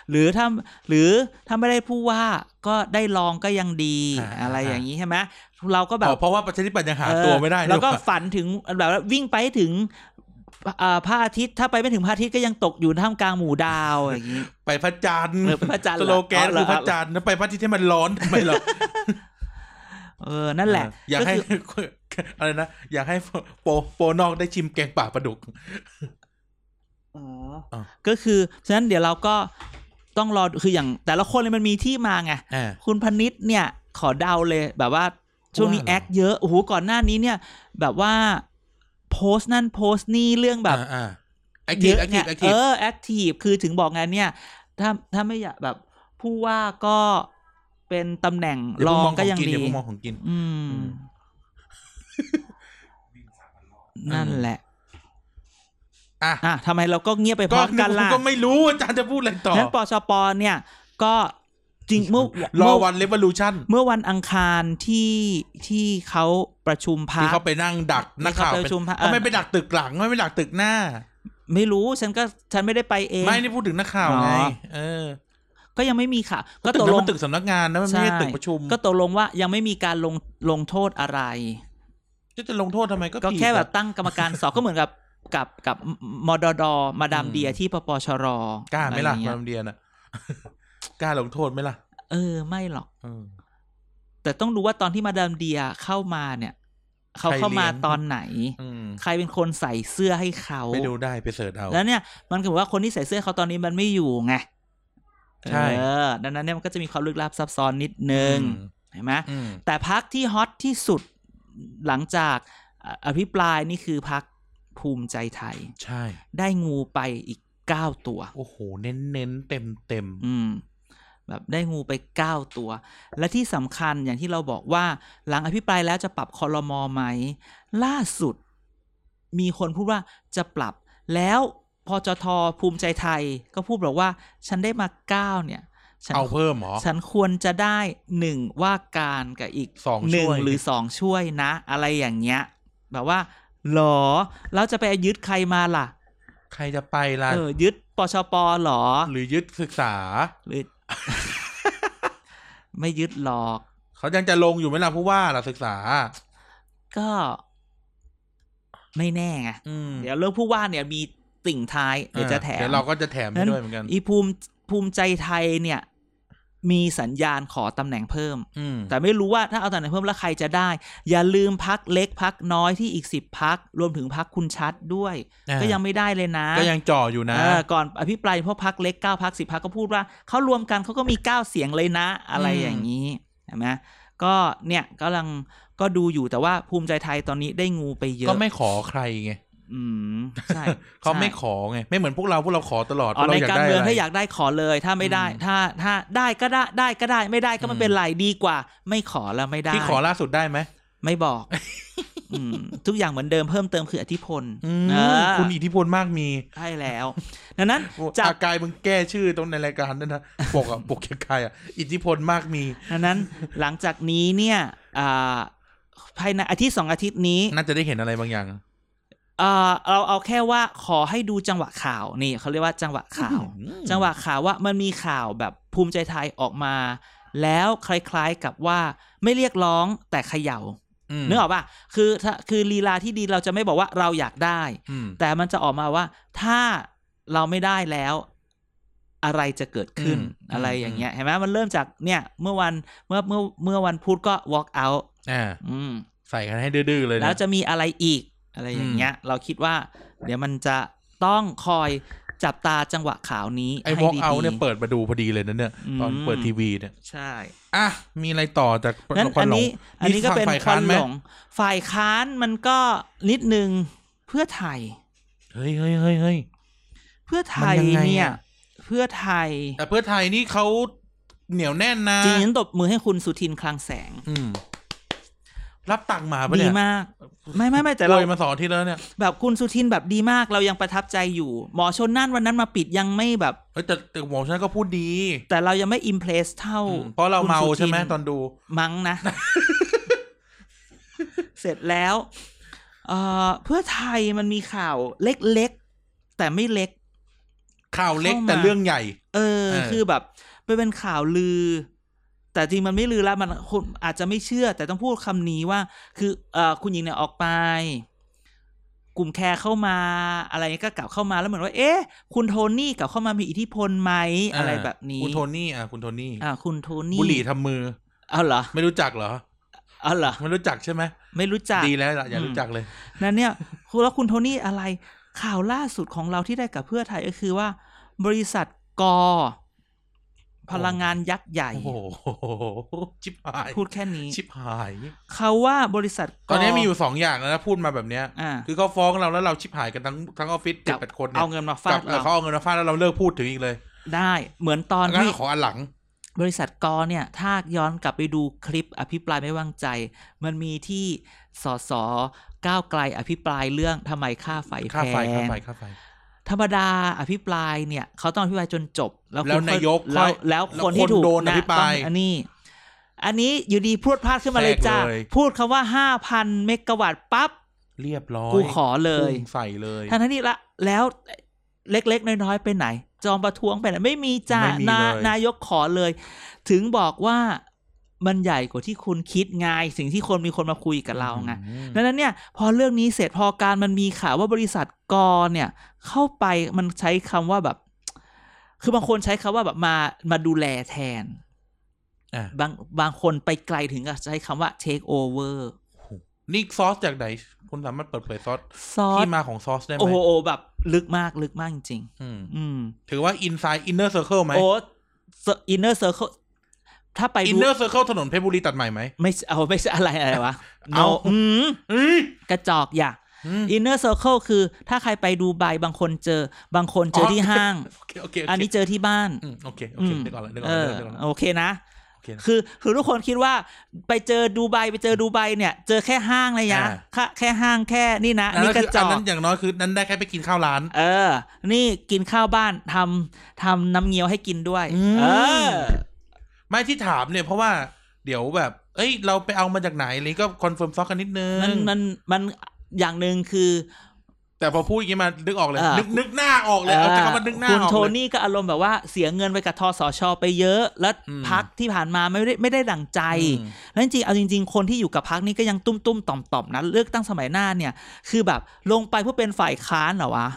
Speaker 1: หรือถ้าหรือถ้าไม่ได้ผู้ว่าก็ได้ลองก็ยังดีอะไรอย่างนี้ใช่ไหมเราก็แบบ
Speaker 2: อ๋อเพราะว่าประชาธิปัตย์ยังหาตัวไม่ได้
Speaker 1: เออแล้วก็
Speaker 2: นี่ย
Speaker 1: ฝันถึงแบบว่าวิ่งไปให้ถึงอ่าพระอาทิตย์ถ้าไปไม่ถึงพระอาทิตย์ก็ยังตกอยู่ท่ามกลางหมู่ดาวอย่างนี้
Speaker 2: ไปพระจันทร์
Speaker 1: เออไปพระจันทร์เห
Speaker 2: ส
Speaker 1: รอ
Speaker 2: โลแกน
Speaker 1: อ๋อเหรอ
Speaker 2: คือพระจันทร์แล้วไปพระอาทิตย์ให้มันร้อนทำไมเหรอ
Speaker 1: เออนั่นแหละ
Speaker 2: เอออยากให้
Speaker 1: ก็คือ
Speaker 2: อะไรนะอยากให้โปโปนอกได้ชิมแกงป่าปลาดุก
Speaker 1: อ๋ออา ก็คือฉะนั้นเดี๋ยวเราก็ต้องรอดูคืออย่างแต่ละคนเลยมันมีที่มาไง
Speaker 2: อ่า
Speaker 1: คุณพนิษเนี่ย ขอเดาเลยแบบว่า ช่วงนี้
Speaker 2: ว่าเหรอ
Speaker 1: แอคเยอะโอ้โหก่อนหน้านี้เนี่ย แบบว่าโพสต์นั่นโพสต์นี่เรื่องแบบ
Speaker 2: อ่าแอคที
Speaker 1: เย
Speaker 2: ฟ
Speaker 1: อะ
Speaker 2: แอค
Speaker 1: ไง
Speaker 2: ทีฟแอค
Speaker 1: เอ
Speaker 2: ทีฟ
Speaker 1: อแอคทีฟคือถึงบอกงานเนี่ย ถ้าถ้าไม่อยากแบบ ผู้ว่าก็เป็นตำแหน่งรองก็ยังดี
Speaker 2: เดี๋ยวผมมองของกิน
Speaker 1: อืม นั่นแหละ
Speaker 2: อ่ะ
Speaker 1: อ่ะทำไมเราก็เงียบไปพ
Speaker 2: ก็
Speaker 1: ร้อมกันล่ะ
Speaker 2: ก็ไม่รู้อาจารย์จะพูดอะไรต่อ
Speaker 1: นั้นปชปเนี่ย ก็จริง เมื่อ
Speaker 2: รอ
Speaker 1: เมื่อ
Speaker 2: วันเ e ว o ลูชั o น
Speaker 1: เมื่อวันอังคารที่ที่เขาประชุมพั
Speaker 2: ที่
Speaker 1: ก
Speaker 2: เขาไปนั่งดักนักข่าว
Speaker 1: ที่เขาไปประชุมพรรค
Speaker 2: ทำไมไปดักตึกหลังทำไม่ไปดักตึกหน้า
Speaker 1: ไม่รู้ฉันก็ฉันไม่ได้ไปเอง
Speaker 2: ไม่ได้พูดถึงนักข่าว
Speaker 1: อ๋อ
Speaker 2: ไงเออ
Speaker 1: ก็ยังไม่มีค่ะ ก็
Speaker 2: ตึก
Speaker 1: ตก
Speaker 2: นั้น
Speaker 1: ลง
Speaker 2: มันตึกสำนักงานนะมันไม่ใช่
Speaker 1: ใช่
Speaker 2: ตึกประชุม
Speaker 1: ก็ตกลงว่ายังไม่มีการลงลงโทษอะไร
Speaker 2: ก็จะลงโทษทำไมก็
Speaker 1: ก็
Speaker 2: ผิด
Speaker 1: แค่
Speaker 2: อะ
Speaker 1: แบบตั้งกรรมการสอบ ก็เหมือนกับกับกับมดดมาดาม
Speaker 2: อืม
Speaker 1: เดียที่ปปชร
Speaker 2: กล้าไหมล่ะ
Speaker 1: อรเงี้
Speaker 2: มาย ลำเดียนอ่ะ กล้าลงโทษไหมล่ะ
Speaker 1: เออไม่หรอก
Speaker 2: เออ
Speaker 1: แต่ต้องดูว่าตอนที่มาดามเดียเข้ามาเนี่ยเขาเข้ามา
Speaker 2: ใครเลี้ยง
Speaker 1: ตอนไหน
Speaker 2: อืม
Speaker 1: ใครเป็นคนใส่เสื้อให้เขา
Speaker 2: ไปดูได้ไปเสิร์ชเอา
Speaker 1: แล้วเนี่ย มันก็เหมือนว่าคนที่ใส่เสื้อเขาตอนนี้มันไม่อยู่ไง
Speaker 2: ใช่
Speaker 1: เออดังนั้นเนี่ยมันก็จะมีความลึกลับซับซ้อนนิดนึงเห็นไหม
Speaker 2: อืม
Speaker 1: แต่พักที่ฮอตที่สุดหลังจากอ่ะอภิปรายนี่คือพักภูมิใจไทย
Speaker 2: ใช่
Speaker 1: ได้งูไปอีกเก้าตัว
Speaker 2: โอ้โหเน้นเน้นเต็มเต็มๆ
Speaker 1: อืม แบบได้งูไปเก้าตัว และที่สำคัญอย่างที่เราบอกว่า หลังอภิปรายแล้วจะปรับคอรมอไหม ล่าสุด มีคนพูดว่าจะปรับ แล้วพอจทภูมิใจไทย ก็พูดบอกว่า ฉันได้มาเก้าเนี่ย ฉัน
Speaker 2: เอาเพิ่มเหรอ
Speaker 1: ฉันควรจะได้หนึ่งว่าการกับอีก
Speaker 2: สอง
Speaker 1: หนึ่
Speaker 2: ช่
Speaker 1: ง
Speaker 2: วย
Speaker 1: หรือสองช่วยนะ อะไรอย่างเงี้ย แบบว่าหรอแล้วจะไปยึดใครมาล่ะ
Speaker 2: ใครจะไปล่ะ
Speaker 1: เออ ยึดปชปหรอ
Speaker 2: หรือยึดศึกษา
Speaker 1: ห รือ ไม่ยึดหรอก
Speaker 2: เขายังจะลงอยู่ไหมล่ะผู้ว่าล่ะศึกษา
Speaker 1: ก็ ไม่แน่ไง
Speaker 2: อืม
Speaker 1: เดี๋ยวเรื่องผู้ว่าเนี่ยมีติ่งท้าย เดี๋ยวจะแถม
Speaker 2: เดี๋ยวเราก็จะแถมให้
Speaker 1: งั้น
Speaker 2: ด้วยเหมือนกัน
Speaker 1: อีภูมิภูมิใจไทยเนี่ย มีสัญญาณขอตำแหน่งเพิ่ม
Speaker 2: อืม
Speaker 1: แต่ไม่รู้ว่าถ้าเอาตำแหน่งเพิ่มแล้วใครจะได้ อย่าลืมพักเล็กพักน้อยที่อีกสิบพักรวมถึงพักคุณชัดด้วย
Speaker 2: อ่า
Speaker 1: ก็ยังไม่ได้เลยนะ
Speaker 2: ก็ยังจ่ออยู่นะ
Speaker 1: เออก่อนอภิปรายพวกพักเล็กเก้าพักสิบพักก็พูดว่าเขารวมกันเขาก็มีเก้าเสียงเลยนะ อะไรอย่างนี้เห็นไหมก็เนี่ยกำลังก็ดูอยู่แต่ว่าภูมิใจไทยตอนนี้ได้งูไปเยอะ
Speaker 2: ก็ไม่ขอใครไง
Speaker 1: อืมใช่
Speaker 2: เขาไม่
Speaker 1: ใช่
Speaker 2: ขอไง ไม่เหมือนพวกเราพวกเราขอตลอด
Speaker 1: อ๋อ
Speaker 2: พ
Speaker 1: ใน
Speaker 2: วเราอยาก
Speaker 1: การ
Speaker 2: ได้
Speaker 1: เมือง
Speaker 2: อะไร
Speaker 1: ถ้าอยากได้ขอเลย ถ้าไม่ได้
Speaker 2: อืม
Speaker 1: ถ้าถ้าได้ก็ได้ได้ก็ได้ ไม่ได้ก็ไม่
Speaker 2: อืม
Speaker 1: เป็นไรดีกว่า ไม่ขอแล้วไม่ได้
Speaker 2: ที่ขอล่าสุดได้ไหม
Speaker 1: ไม่บอก อืมทุกอย่างเหมือนเดิมเพิ่มเติมคืออธิพล
Speaker 2: อืม
Speaker 1: เออ
Speaker 2: คุณอิทธิพลมากมี
Speaker 1: ใช่แล้ว ดังนั้น จับ
Speaker 2: อากายมึงแก้ชื่อตรงในรายการด้วยนะบอกอะ บอกแกกายอะอิทธิพลมากมี
Speaker 1: ดังนั้น หลังจากนี้เนี่ยอ่าภายในอาทิตย์สองอาทิตย์นี้
Speaker 2: น่าจะได้เห็นอะไรบางอย่าง
Speaker 1: อ่าเราเอาแค่ว่าขอให้ดูจังหวะข่าวนี่เขาเรียกว่าจังหวะข่าว
Speaker 2: อืม
Speaker 1: จังหวะข่าวว่ามันมีข่าวแบบภูมิใจไทยออกมา แล้วคล้ายๆกับว่าไม่เรียกร้องแต่เขย่า
Speaker 2: อืม
Speaker 1: นึกออกป่ะคือถ้าคือลีลาที่ดีเราจะไม่บอกว่าเราอยากได้
Speaker 2: อืม
Speaker 1: แต่มันจะออกมาว่าถ้าเราไม่ได้แล้ว อะไรจะเกิดขึ้น
Speaker 2: อืม
Speaker 1: อะไร
Speaker 2: อืม
Speaker 1: อย่างเงี้ยเห็นไหมมันเริ่มจากเนี่ย เมื่อวันเมื่อเมื่อเมื่อวันพุธก็ walk out
Speaker 2: อ่า
Speaker 1: อืม
Speaker 2: ใส่กันให้ดื้อๆเลยนะ
Speaker 1: แล้วจะมีอะไรอีกอะไรอย่างเงี้ย เราคิดว่า เดี๋ยวมันจะต้องคอยจับตาจังหวะขาวนี้
Speaker 2: ไอ้
Speaker 1: ให้
Speaker 2: วอล์ก
Speaker 1: ดีๆ
Speaker 2: เอาเนี่ยเปิดมาดูพอดีเลยนะเนี่ย
Speaker 1: อืม
Speaker 2: ตอนเปิดทีวีเนี่ย
Speaker 1: ใช่
Speaker 2: อ่ะมีอะไรต่อจาก
Speaker 1: นั้น
Speaker 2: ควั
Speaker 1: อัน
Speaker 2: หลง
Speaker 1: นี้ อันนี้ก็เป็น
Speaker 2: นี่ฝ่า
Speaker 1: ควั
Speaker 2: ยค้าน
Speaker 1: น
Speaker 2: ไหม
Speaker 1: หลงฝ่ายค้านมันก็นิดนึงเพื่อไทย
Speaker 2: เฮ้ยเฮ้ยเฮ้ยเฮ้ย
Speaker 1: เพื่อไทย
Speaker 2: มันยังไง
Speaker 1: เนี่ย
Speaker 2: อะ
Speaker 1: เพื่อไทย
Speaker 2: แต่เพื่อไทยนี่เขาเหนียวแน่นนะ
Speaker 1: จริงๆนั้นตบมือให้คุณสุทินคลังแสง
Speaker 2: อืม รับตังค์มาปะ
Speaker 1: ดี
Speaker 2: เนี่ย
Speaker 1: มาก ไม่ไม่ไม่แต่
Speaker 2: โร
Speaker 1: เรา
Speaker 2: ยมาสองอาที่แล้วเนี่ย
Speaker 1: แบบคุณสุทินแบบดีมากเรายังประทับใจอยู่ หมอชนนั่านวันนั้นมาปิดยังไม่แบบ
Speaker 2: เฮ้ยแต่แต่หมอฉันก็พูดดี
Speaker 1: แต่เรายังไม่อิมเพลสเท่า
Speaker 2: อืมเพราะเรา
Speaker 1: คุณ
Speaker 2: เมา
Speaker 1: สุทิน
Speaker 2: ใช่ไหมตอนดู
Speaker 1: มั้งนะ เสร็จแล้วเอ่อเพื่อไทยมันมีข่าวเล็กๆ แต่ไม่เล็ก
Speaker 2: ข่าวเล็ก
Speaker 1: เข้ามา
Speaker 2: แต่เรื่องใหญ่
Speaker 1: เออ
Speaker 2: เออ
Speaker 1: คือแบบไปเป็นข่าวลือ แต่จริงมันไม่ลือแล้วมันคนอาจจะไม่เชื่อ แต่ต้องพูดคำนี้ว่า คือเอ่อคุณหญิงเนี่ยออกไป กลุ่มแคร์เข้ามา อะไรเงี้ยก็กลับเข้ามาแล้วเหมือนว่า เอ๊ะ คุณโทนี่กลับเข้ามามีอิทธิพลไหมอะไรแบบนี้
Speaker 2: คุณโทนี่อ่ะคุณโทนี่
Speaker 1: อ่าคุณโทนี่
Speaker 2: บุหรี่ทำมือ
Speaker 1: เอาเหรอ
Speaker 2: ไม่รู้จักเหรอ
Speaker 1: เอาเหรอ
Speaker 2: ไม่รู้จักใช่ไหม
Speaker 1: ไม่รู้จัก
Speaker 2: ดีแล้วล่ะอย่า
Speaker 1: อืม
Speaker 2: รู้จักเลย
Speaker 1: นั่นเนี่ยคุณแล้วคุณโทนี่อะไร ข่าวล่าสุดของเราที่ได้กับเพื่อไทยก็คือว่า บริษัทก พลังงานยักษ์ใหญ่
Speaker 2: โอ้โหชิบหาย
Speaker 1: พูดแค่นี้
Speaker 2: ชิบหาย
Speaker 1: เขาว่าบริษัทก
Speaker 2: ตอนนี้มีอยู่สองอย่างแล้วนะพูดมาแบบเนี้ย
Speaker 1: อ่า
Speaker 2: คือเขาฟ้องเราแล้วเราชิบหายกันทั้งทั้งออฟฟิศเจ็ดแปดคนเนี่
Speaker 1: เอา
Speaker 2: ย
Speaker 1: เงินมาฟา
Speaker 2: กั
Speaker 1: ด
Speaker 2: บแล้
Speaker 1: เรา
Speaker 2: วเขาเอาเงินมาฟาดแล้วเราเลิกพูดถึงอีกเลย
Speaker 1: ได้เหมือนตอน
Speaker 2: งั้น
Speaker 1: ที่
Speaker 2: ขออันหลัง
Speaker 1: บริษัทกอเนี่ย ถ้าย้อนกลับไปดูคลิปอภิปรายไม่วางใจ มันมีที่สสก้าวไกลอภิปรายเรื่องทำไมค่าไฟแพ
Speaker 2: ค่าไฟค่าง ไฟค่าไฟ
Speaker 1: ธรรมดาอภิปรายเนี่ย เขาต้องอภิปรายจนจบ แล้ว
Speaker 2: แล้ว
Speaker 1: คุณ
Speaker 2: นายก
Speaker 1: แล้ว
Speaker 2: ค่อย
Speaker 1: แล้ว
Speaker 2: แล้ว
Speaker 1: คน
Speaker 2: ค
Speaker 1: ที่
Speaker 2: น
Speaker 1: ถูก
Speaker 2: โดนอภิปราย
Speaker 1: นะต้องอันนี้ อันนี้อยู่ดีพูดพลาดขึ้นมาเลย
Speaker 2: แทรก
Speaker 1: จ้า
Speaker 2: เลย
Speaker 1: พูดคำว่าห้าพันเมกะวัตต์ปั๊บ
Speaker 2: เรียบร้อย
Speaker 1: กูขอเลย
Speaker 2: พุ่งใส่เลย
Speaker 1: ทั้งๆที่ละแล้วเล็กๆ น้อยๆไปไหน จอมประท้วงไปไหนไม่มีจ้า
Speaker 2: ไม่มี
Speaker 1: นา
Speaker 2: เลย
Speaker 1: นายกขอเลย ถึงบอกว่ามันใหญ่กว่าที่คุณคิดไงสิ่งที่คนมีคนมาคุยกับเราไง
Speaker 2: อืม
Speaker 1: ดังนั้นเนี่ย พอเรื่องนี้เสร็จพอการมันมีข่าวว่าบริษัทกอเนี่ย เข้าไปมันใช้คำว่าแบบ คือบางคนใช้คำว่าแบบมามาดูแลแทน
Speaker 2: อ่ะ
Speaker 1: บางบางคนไปไกลถึงกับใช้คำว่า take over
Speaker 2: นี่ซอสจากไหนคุณสามารถเปิดเผยซอส
Speaker 1: ซอส
Speaker 2: ที่มาของซอสได้ไหม
Speaker 1: โอ้โหแบบลึกมากลึกมากจริง
Speaker 2: อืม
Speaker 1: ๆอืม
Speaker 2: ถือว่าอินไซด์อินเนอร์เซอร์เคิลไหม
Speaker 1: โอ้อินเนอร์เซอร์เคิลถ้าไป
Speaker 2: อิน
Speaker 1: ดู
Speaker 2: เนอร์เซอร์เคิลถนนเพชรบุรีตัดใหม่ไหม
Speaker 1: ไม่ใช่เอาไม่ใช่อะไรอะไรวะ
Speaker 2: เอา
Speaker 1: No อืม
Speaker 2: อืม
Speaker 1: กระจอกอย่า
Speaker 2: อืม
Speaker 1: อินเนอร์เซอร์เคิลคือ ถ้าใครไปดูใบบางคนเจอ บางคนเจอที่ห้าง
Speaker 2: โอเคโอเคโอ
Speaker 1: อัน
Speaker 2: เค
Speaker 1: นี้เจอที่บ้าน
Speaker 2: อืมโอเคโอเคนึกออกแล้วนึกอ
Speaker 1: เอ
Speaker 2: อก
Speaker 1: อ
Speaker 2: แล้วนึกออกแล้ว
Speaker 1: โอเคนะ
Speaker 2: โอเค
Speaker 1: คือคือทุกคนคิดว่าไปเจอดูไบไปเจอดูไบเนี่ย เจอแค่ห้างเลยนะ
Speaker 2: อ่า
Speaker 1: แค่แค่ห้างแค่นี่นะอัน
Speaker 2: นั่
Speaker 1: นี่
Speaker 2: น
Speaker 1: ก
Speaker 2: คื
Speaker 1: ระ
Speaker 2: อ
Speaker 1: จ
Speaker 2: อัน
Speaker 1: อก
Speaker 2: นั้นอย่างน้อยคือนั้นได้แค่ไปกินข้าวร้าน
Speaker 1: เออ นี่กินข้าวบ้านทำทำน้ำเงี้ยวให้กินด้วย
Speaker 2: อืม
Speaker 1: เออ
Speaker 2: ไม่ที่ถามเนี่ยเพราะว่าเดี๋ยวแบบ เอ้ย เราไปเอามาจากไหนอะไรก็คอนเฟิร์มซอกกันนิดนึง
Speaker 1: มันมันมันอย่างหนึ่งคือ
Speaker 2: แต่พอพูดอย่างนี้มานึกออกเลย
Speaker 1: เออ
Speaker 2: นึกนึกหน้าออกเลยเอาจากคำว่านึกหน้า
Speaker 1: คุณ
Speaker 2: ออก
Speaker 1: โท
Speaker 2: เลย
Speaker 1: นี่ก็อารมณ์แบบว่าเสียเงินไปกับทสชไปเยอะ แล้ว
Speaker 2: อืม
Speaker 1: พักที่ผ่านมาไม่ได้ไม่ได้ดั่งใจ
Speaker 2: อืม
Speaker 1: แล้วจริงๆเอาจริง ๆ คนที่อยู่กับพักนี้ก็ยังตุ้มตุ้มๆต่อมต่อมๆนะเลือกตั้งสมัยหน้าเนี่ย คือแบบลงไปเพื่อเป็นฝ่ายค้านเหรอวะ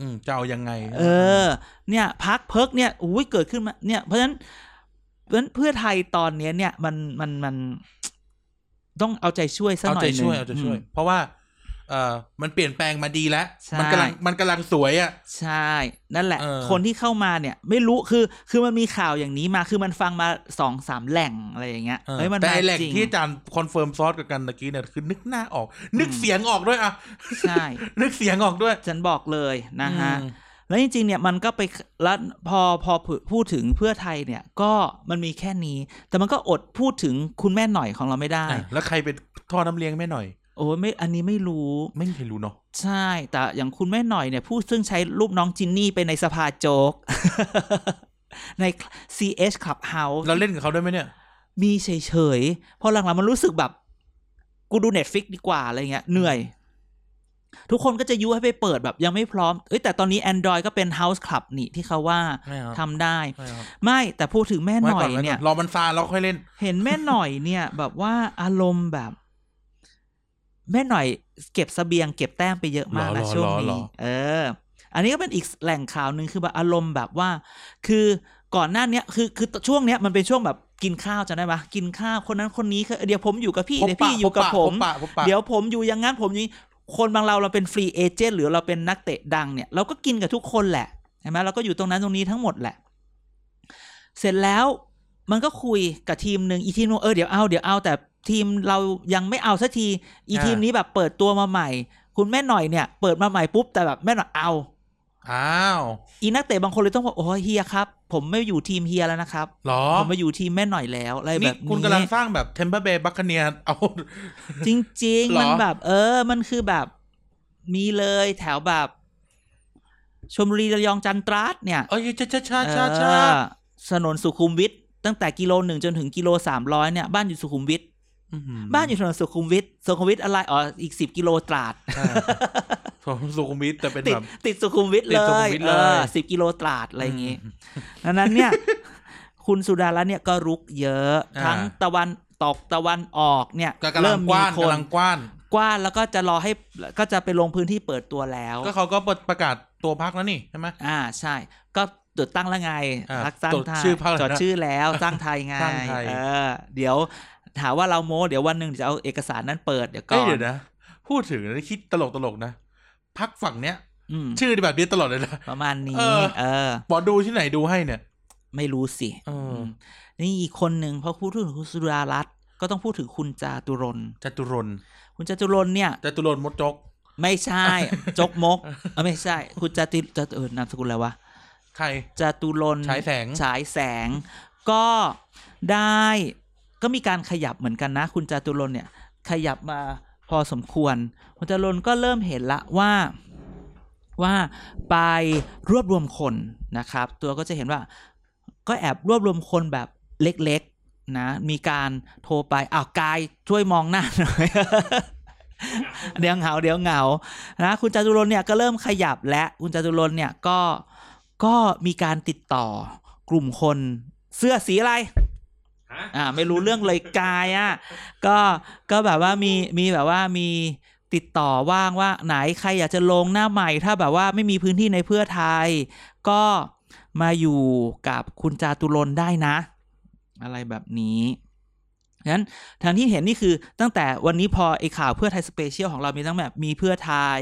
Speaker 2: อืมจะเอายังไง
Speaker 1: เออ เนี่ยพักเพิกเนี่ยอุ้ยเกิดขึ้นมาเนี่ย เพราะฉะนั้นเพราะฉะนั้นเพื่อไทยตอนเนี้ยเนี่ยมันมันมันต้องเอาใจช่วยสัก
Speaker 2: เอา
Speaker 1: หน่อยห
Speaker 2: ใจ
Speaker 1: นึ่ง
Speaker 2: ช่วยเอาใจช่วย
Speaker 1: ม
Speaker 2: เพราะว่า เออมันเปลี่ยนแปลงมาดีแล้ว
Speaker 1: ใช่
Speaker 2: มันกำลังมันกำลังสวยอ่ะ
Speaker 1: ใช่นั่นแหละ
Speaker 2: เออ
Speaker 1: คนที่เข้ามาเนี่ย ไม่รู้คือ คือมันมีข่าวอย่างนี้มาคือมันฟังมาสองสามแหล่งอะไรอย่างเงี้ย
Speaker 2: เออ
Speaker 1: เฮ้ยมัน
Speaker 2: แต่
Speaker 1: มา
Speaker 2: ไอ้แหล่ง
Speaker 1: จริง
Speaker 2: ที่อาจารย์คอนเฟิร์มซอสกับกันตะกี้เนี่ยคือนึกหน้าออก นึกเสียงออกด้วยอ่ะ
Speaker 1: ใช่
Speaker 2: นึกเสียงออกด้วย
Speaker 1: ฉันบอกเลยนะฮะ
Speaker 2: อืม
Speaker 1: แล้วจริงๆเนี่ยมันก็ไปแล้วพอพอพูดถึงเพื่อไทยเนี่ย ก็มันมีแค่นี้ แต่มันก็อดพูดถึงคุณแม่หน่อยของเราไม่ได้
Speaker 2: อ่ะแล้วใครเป็นท่อน้ำเลี้ยงแม่หน่อย
Speaker 1: โอ้ยไม่อันนี้ไม่รู้
Speaker 2: ไม่มีใครรู้เนาะ
Speaker 1: ใช่ แต่อย่างคุณแม่หน่อยเนี่ยผู้ซึ่งใช้รูปน้องจินนี่ไปในสภาโจ๊ก ใน CH Clubhouse
Speaker 2: เราเล่นกับเขาด้วยไหมเนี่ย
Speaker 1: มีเฉยๆ พอหลังๆมันรู้สึกแบบ กูดูเน็ตฟิกดีกว่าอะไรเงี้ยเหนื่อย ทุกคนก็จะยุให้ไปเปิดแบบยังไม่พร้อม เอ้ยแต่ตอนนี้ Android ก็เป็น House Club นี่ที่เขาว่า
Speaker 2: ไม่เอา
Speaker 1: ทำได้
Speaker 2: ไม่เอา
Speaker 1: ไม่แต่พูดถึงแม่ห
Speaker 2: ไว้
Speaker 1: น่อ
Speaker 2: ก่
Speaker 1: ย
Speaker 2: ไว้ก่
Speaker 1: เนี่ย
Speaker 2: รอมันซาแล้วค่อยเล่น
Speaker 1: เห็นแม่หน่อยเนี่ย แบบว่าอารมณ์แบบ แม่หน่อยเก็บเสบียงเก็บแต้มไปเยอะมาก
Speaker 2: หรอ
Speaker 1: นะ
Speaker 2: หรอ
Speaker 1: ช่วง
Speaker 2: หรอ
Speaker 1: นี้
Speaker 2: หรอ
Speaker 1: เออ อันนี้ก็เป็นอีกแหล่งข่าวหนึ่งคือแบบอารมณ์แบบว่า คือก่อนหน้าเนี้ยคือคือช่วงเนี้ยมันเป็นช่วงแบบกินข้าวจะได้ปะกินข้าวคนนั้นคนนี้คือเดี๋ยวผมอยู่กับพี่
Speaker 2: พบ
Speaker 1: เดี๋ยว
Speaker 2: ปะ
Speaker 1: พี่อยู่กับ
Speaker 2: พ
Speaker 1: ผ
Speaker 2: บ
Speaker 1: ม
Speaker 2: ปะพบปะ
Speaker 1: เดี๋ยวผมอยู่อย่างงั้นผมอยู่นี่คนบางเราเราเป็นฟรีเอเจนต์หรือเราเป็นนักเตะดังเนี่ยเราก็กินกับทุกคนแหละใช่ไหมเราก็อยู่ตรงนั้นตรงนี้ทั้งหมดแหละ เสร็จแล้วมันก็คุยกับทีมหนึ่งอีทีมนู้นเออเดี๋ยวเอาเดี๋ยวเอาแต่ทีมเรายังไม่เอาสักที อีทีมนี้แบบเปิดตัวมาใหม่ คุณแม่หน่อยเนี่ย เปิดมาใหม่ปุ๊บแต่แบบแม่หน่อยเอา
Speaker 2: อ้าว
Speaker 1: อีนักเตะบางคนเลยต้องบอกโอ้ยเฮียครับ ผมไม่อยู่ทีมเฮียแล้วนะครับ
Speaker 2: เหรอ
Speaker 1: ผมมาอยู่ทีมแม่หน่อยแล้วอะไรแบ
Speaker 2: นี่
Speaker 1: บ
Speaker 2: คุณกำลังสร้างแบบเทมเ e อร์เบย์บัคเนียเอา
Speaker 1: จริง
Speaker 2: เหร
Speaker 1: ๆ
Speaker 2: อ
Speaker 1: มันแบบ เออ มันคือแบบ มีเลยแถวแบบชมบุรีระยองจันทราดเนี่ย
Speaker 2: เอ้ยชาชาชาชาชา
Speaker 1: เออถนนสุขุมวิทตั้งแต่กิโลหนึ่งจนถึงกิโลสามร้อยเนี่ยบ้านอยู่สุขุมวิท
Speaker 2: ม
Speaker 1: บ้านอยู่ถนนสุขุมวิทสุขุมวิทอะไรอ๋ออีกสิบกิโลตราด
Speaker 2: ใช่สุขุมวิทแต่เป็น
Speaker 1: ติด
Speaker 2: แบบ
Speaker 1: ติดสุขุมวิท
Speaker 2: ติ
Speaker 1: เล
Speaker 2: ดสุขุ
Speaker 1: ย
Speaker 2: มวิท
Speaker 1: เอ
Speaker 2: เลย
Speaker 1: อสิบกิโลตราดอะไรอย่างงี้ดังนั้นเนี่ย คุณสุดารัตน์เนี่ยก็รุกเยอะ
Speaker 2: อ่า
Speaker 1: ทั้งตะวันตกตะวันออกเนี่ย
Speaker 2: ก็กำลังกว้าน
Speaker 1: คน
Speaker 2: กำลังกว้าน
Speaker 1: กว้านแล้วก็จะรอให้ก็จะไปลงพื้นที่เปิดตัวแล้ว
Speaker 2: ก็เขาก็ประกาศตัวพักแล้วนี่ใช่ไหม
Speaker 1: อ่าใช่ ก็ตรวจตั้งและไง
Speaker 2: อ่า
Speaker 1: รักสร้าง
Speaker 2: ตรวจ
Speaker 1: ไทย
Speaker 2: ชื่อพรรคแล้ว
Speaker 1: จ
Speaker 2: นะ
Speaker 1: ดชื่อแล้วสร้างไทยไง
Speaker 2: สร้างไทย
Speaker 1: เออ เดี๋ยวถามว่าเราโม้เดี๋ยววันหนึ่งจะเอาเอกสารนั้นเปิดเดี๋ยวก่
Speaker 2: เอ้ย
Speaker 1: อน
Speaker 2: เดี๋ยวนะ พูดถึงนะคิดตลกตลกๆนะ พักฝั่งเนี้ย
Speaker 1: อืม
Speaker 2: ชื่อแบบนี้ตลอดเลยนะ
Speaker 1: ประมาณนี้
Speaker 2: เออ
Speaker 1: เออ
Speaker 2: หมอดูที่ไหนดูให้เนี่ย
Speaker 1: ไม่รู้สิ
Speaker 2: เอออื
Speaker 1: มนี่อีกคนหนึ่งพอพูดถึงคุณสุดารัตน์ก็ต้องพูดถึงคุณจาตุรนต์
Speaker 2: จตุรนต์
Speaker 1: คุณจาตุรนต์เนี่ย
Speaker 2: จตุรนต์มดจก
Speaker 1: ไม่ใช่ จกมกเออไม่ใช่ คุณจาติจาเออนามสกุลอะไรวะ
Speaker 2: ใคร
Speaker 1: จาตุรนต์
Speaker 2: ฉายแสง
Speaker 1: ฉายแสง ก็ได้ก็มีการขยับเหมือนกันนะ คุณจาตุรนต์เนี่ย ขยับมาพอสมควร คุณจาตุรนต์ก็เริ่มเห็นละว่าว่าไปรวบรวมคนนะครับ ตัวก็จะเห็นว่า ก็แอบรวบรวมคนแบบเล็กๆนะ มีการโทรไปอ้าวกายช่วยมองหน้าหน่อย เดี๋ยวเหงาเดี๋ยวเหงานะคุณจตุรนต์เนี่ยก็เริ่มขยับและคุณจตุรนต์เนี่ยก็ก็มีการติดต่อกลุ่มคนเสื้อสีอะไรอ่าไม่รู้เรื่องเลยกายอ่ะก็ก็แบบว่ามีมีแบบว่ามีติดต่อว่างว่าไหนใครอยากจะลงหน้าใหม่ ถ้าแบบว่าไม่มีพื้นที่ในเพื่อไทย ก็มาอยู่กับคุณจาตุรนต์ได้นะ อะไรแบบนี้งั้น ทางที่เห็นนี่คือตั้งแต่วันนี้พอไอข่าวเพื่อไทยสเปเชียลของเรามีทั้งแบบมีเพื่อไทย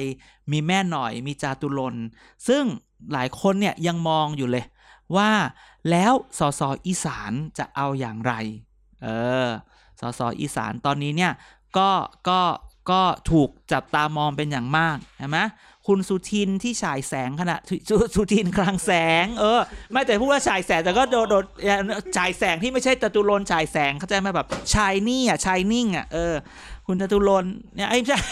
Speaker 1: มีแม่หน่อย มีจาตุรนต์ซึ่งหลายคนเนี่ยยังมองอยู่เลย ว่าแล้วสสอีสานจะเอาอย่างไร เออสสอีสานตอนนี้เนี่ยก็ก็ก็ถูกจับตามองเป็นอย่างมากใช่ไหมคุณสุทินที่ ฉายแสงขณะสุสุทินกลางแสง เออ ไม่แต่พูดว่าฉายแสงแต่ก็โดดโดดเอ่อฉายแสงที่ไม่ใช่จตุรนต์ฉายแสงเข้าใจไหมแบบชายนี่อ่ะชายนิ่งอ่ะเออ คุณจตุรนต์เนี่ย ไอ้ยไม่ใช่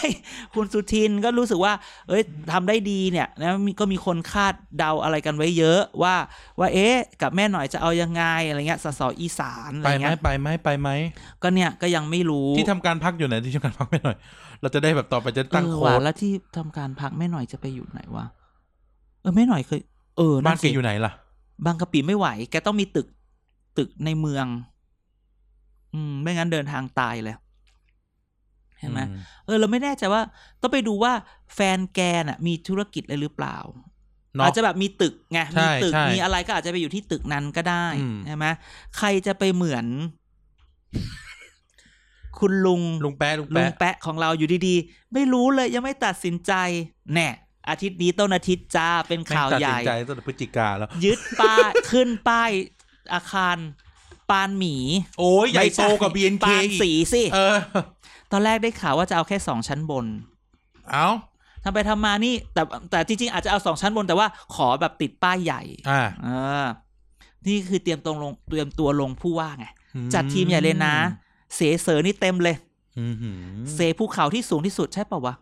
Speaker 1: คุณสุทินก็รู้สึกว่า เอ้ยทำได้ดีเนี่ยนะมีก็มีคนคาดเดาอะไรกันไว้เยอะว่า ว่าเอ๊ะ กับแม่หน่อยจะเอายังไงอะไรเงี้ยสสอีสานอะไร
Speaker 2: ไปไหม
Speaker 1: เงี้ย
Speaker 2: ไปไหมไปไหม
Speaker 1: ก็เนี่ยก็ยังไม่รู้
Speaker 2: ที่ทำการพักอยู่ไหนที่ทำการพักไม่หน่อย เราจะได้แบบต่อไปจะตั้ง
Speaker 1: เออ
Speaker 2: โค้
Speaker 1: ว่ะ
Speaker 2: ด
Speaker 1: แล้วที่ทำการพักแม่หน่อยจะไปอยู่ไหนวะเออแม่หน่อยเคยเออ
Speaker 2: บ้าน
Speaker 1: สิ
Speaker 2: แกอยู่ไหนล่ะ
Speaker 1: บางกะปิไม่ไหว แกต้องมีตึกตึกในเมือง อืม ไม่งั้นเดินทางตายเลยเห็นไหม เออเราไม่แน่ใจว่า ต้องไปดูว่าแฟนแกน่ะ มีธุรกิจอะไรหรือเปล่า
Speaker 2: เนาะ
Speaker 1: อาจจะแบบมีตึกไง
Speaker 2: ใช่
Speaker 1: มีตึก
Speaker 2: ใช่
Speaker 1: มีอะไรก็อาจจะไปอยู่ที่ตึกนั้นก็ได้
Speaker 2: อืม
Speaker 1: ใช่ไหมใครจะไปเหมือน คุณลุง
Speaker 2: ลุงแปะลุง
Speaker 1: ลุ
Speaker 2: แปะ
Speaker 1: งแปะของเราอยู่ดีๆ ไม่รู้เลยยังไม่ตัดสินใจ แน่อาทิตย์นี้ต้นอาทิตย์จ้าเป็น
Speaker 2: แม่ง
Speaker 1: ข่าว
Speaker 2: ตัด
Speaker 1: ให
Speaker 2: สิ
Speaker 1: ญ่
Speaker 2: นใจตั้งแต่พฤศจิกาแล้ว
Speaker 1: ยึดป้ายขึ้นป้ายอาคาร ปานหมี
Speaker 2: โอ้ยใหญ่โตกว่า
Speaker 1: ไม่
Speaker 2: b
Speaker 1: ช่
Speaker 2: n k
Speaker 1: ปานสีสิ
Speaker 2: เออ
Speaker 1: ตอนแรกได้ข่าวว่าจะเอาแค่สองชั้นบน
Speaker 2: เอา
Speaker 1: ทำไปทำมานี่แต่แต่จริง ๆ อาจจะเอาสองชั้นบนแต่ว่าขอแบบติดป้ายใหญ่
Speaker 2: อ่า
Speaker 1: เออนี่คือเตรียมตรงลงเตรียมตัวลงผู้ว่าไง จัดทีมใหญ่เลยนะ เสเสอนี่เต็มเลย
Speaker 2: อืมหือ
Speaker 1: เสภูเขาที่สูงที่สุดใช่ป่าวะ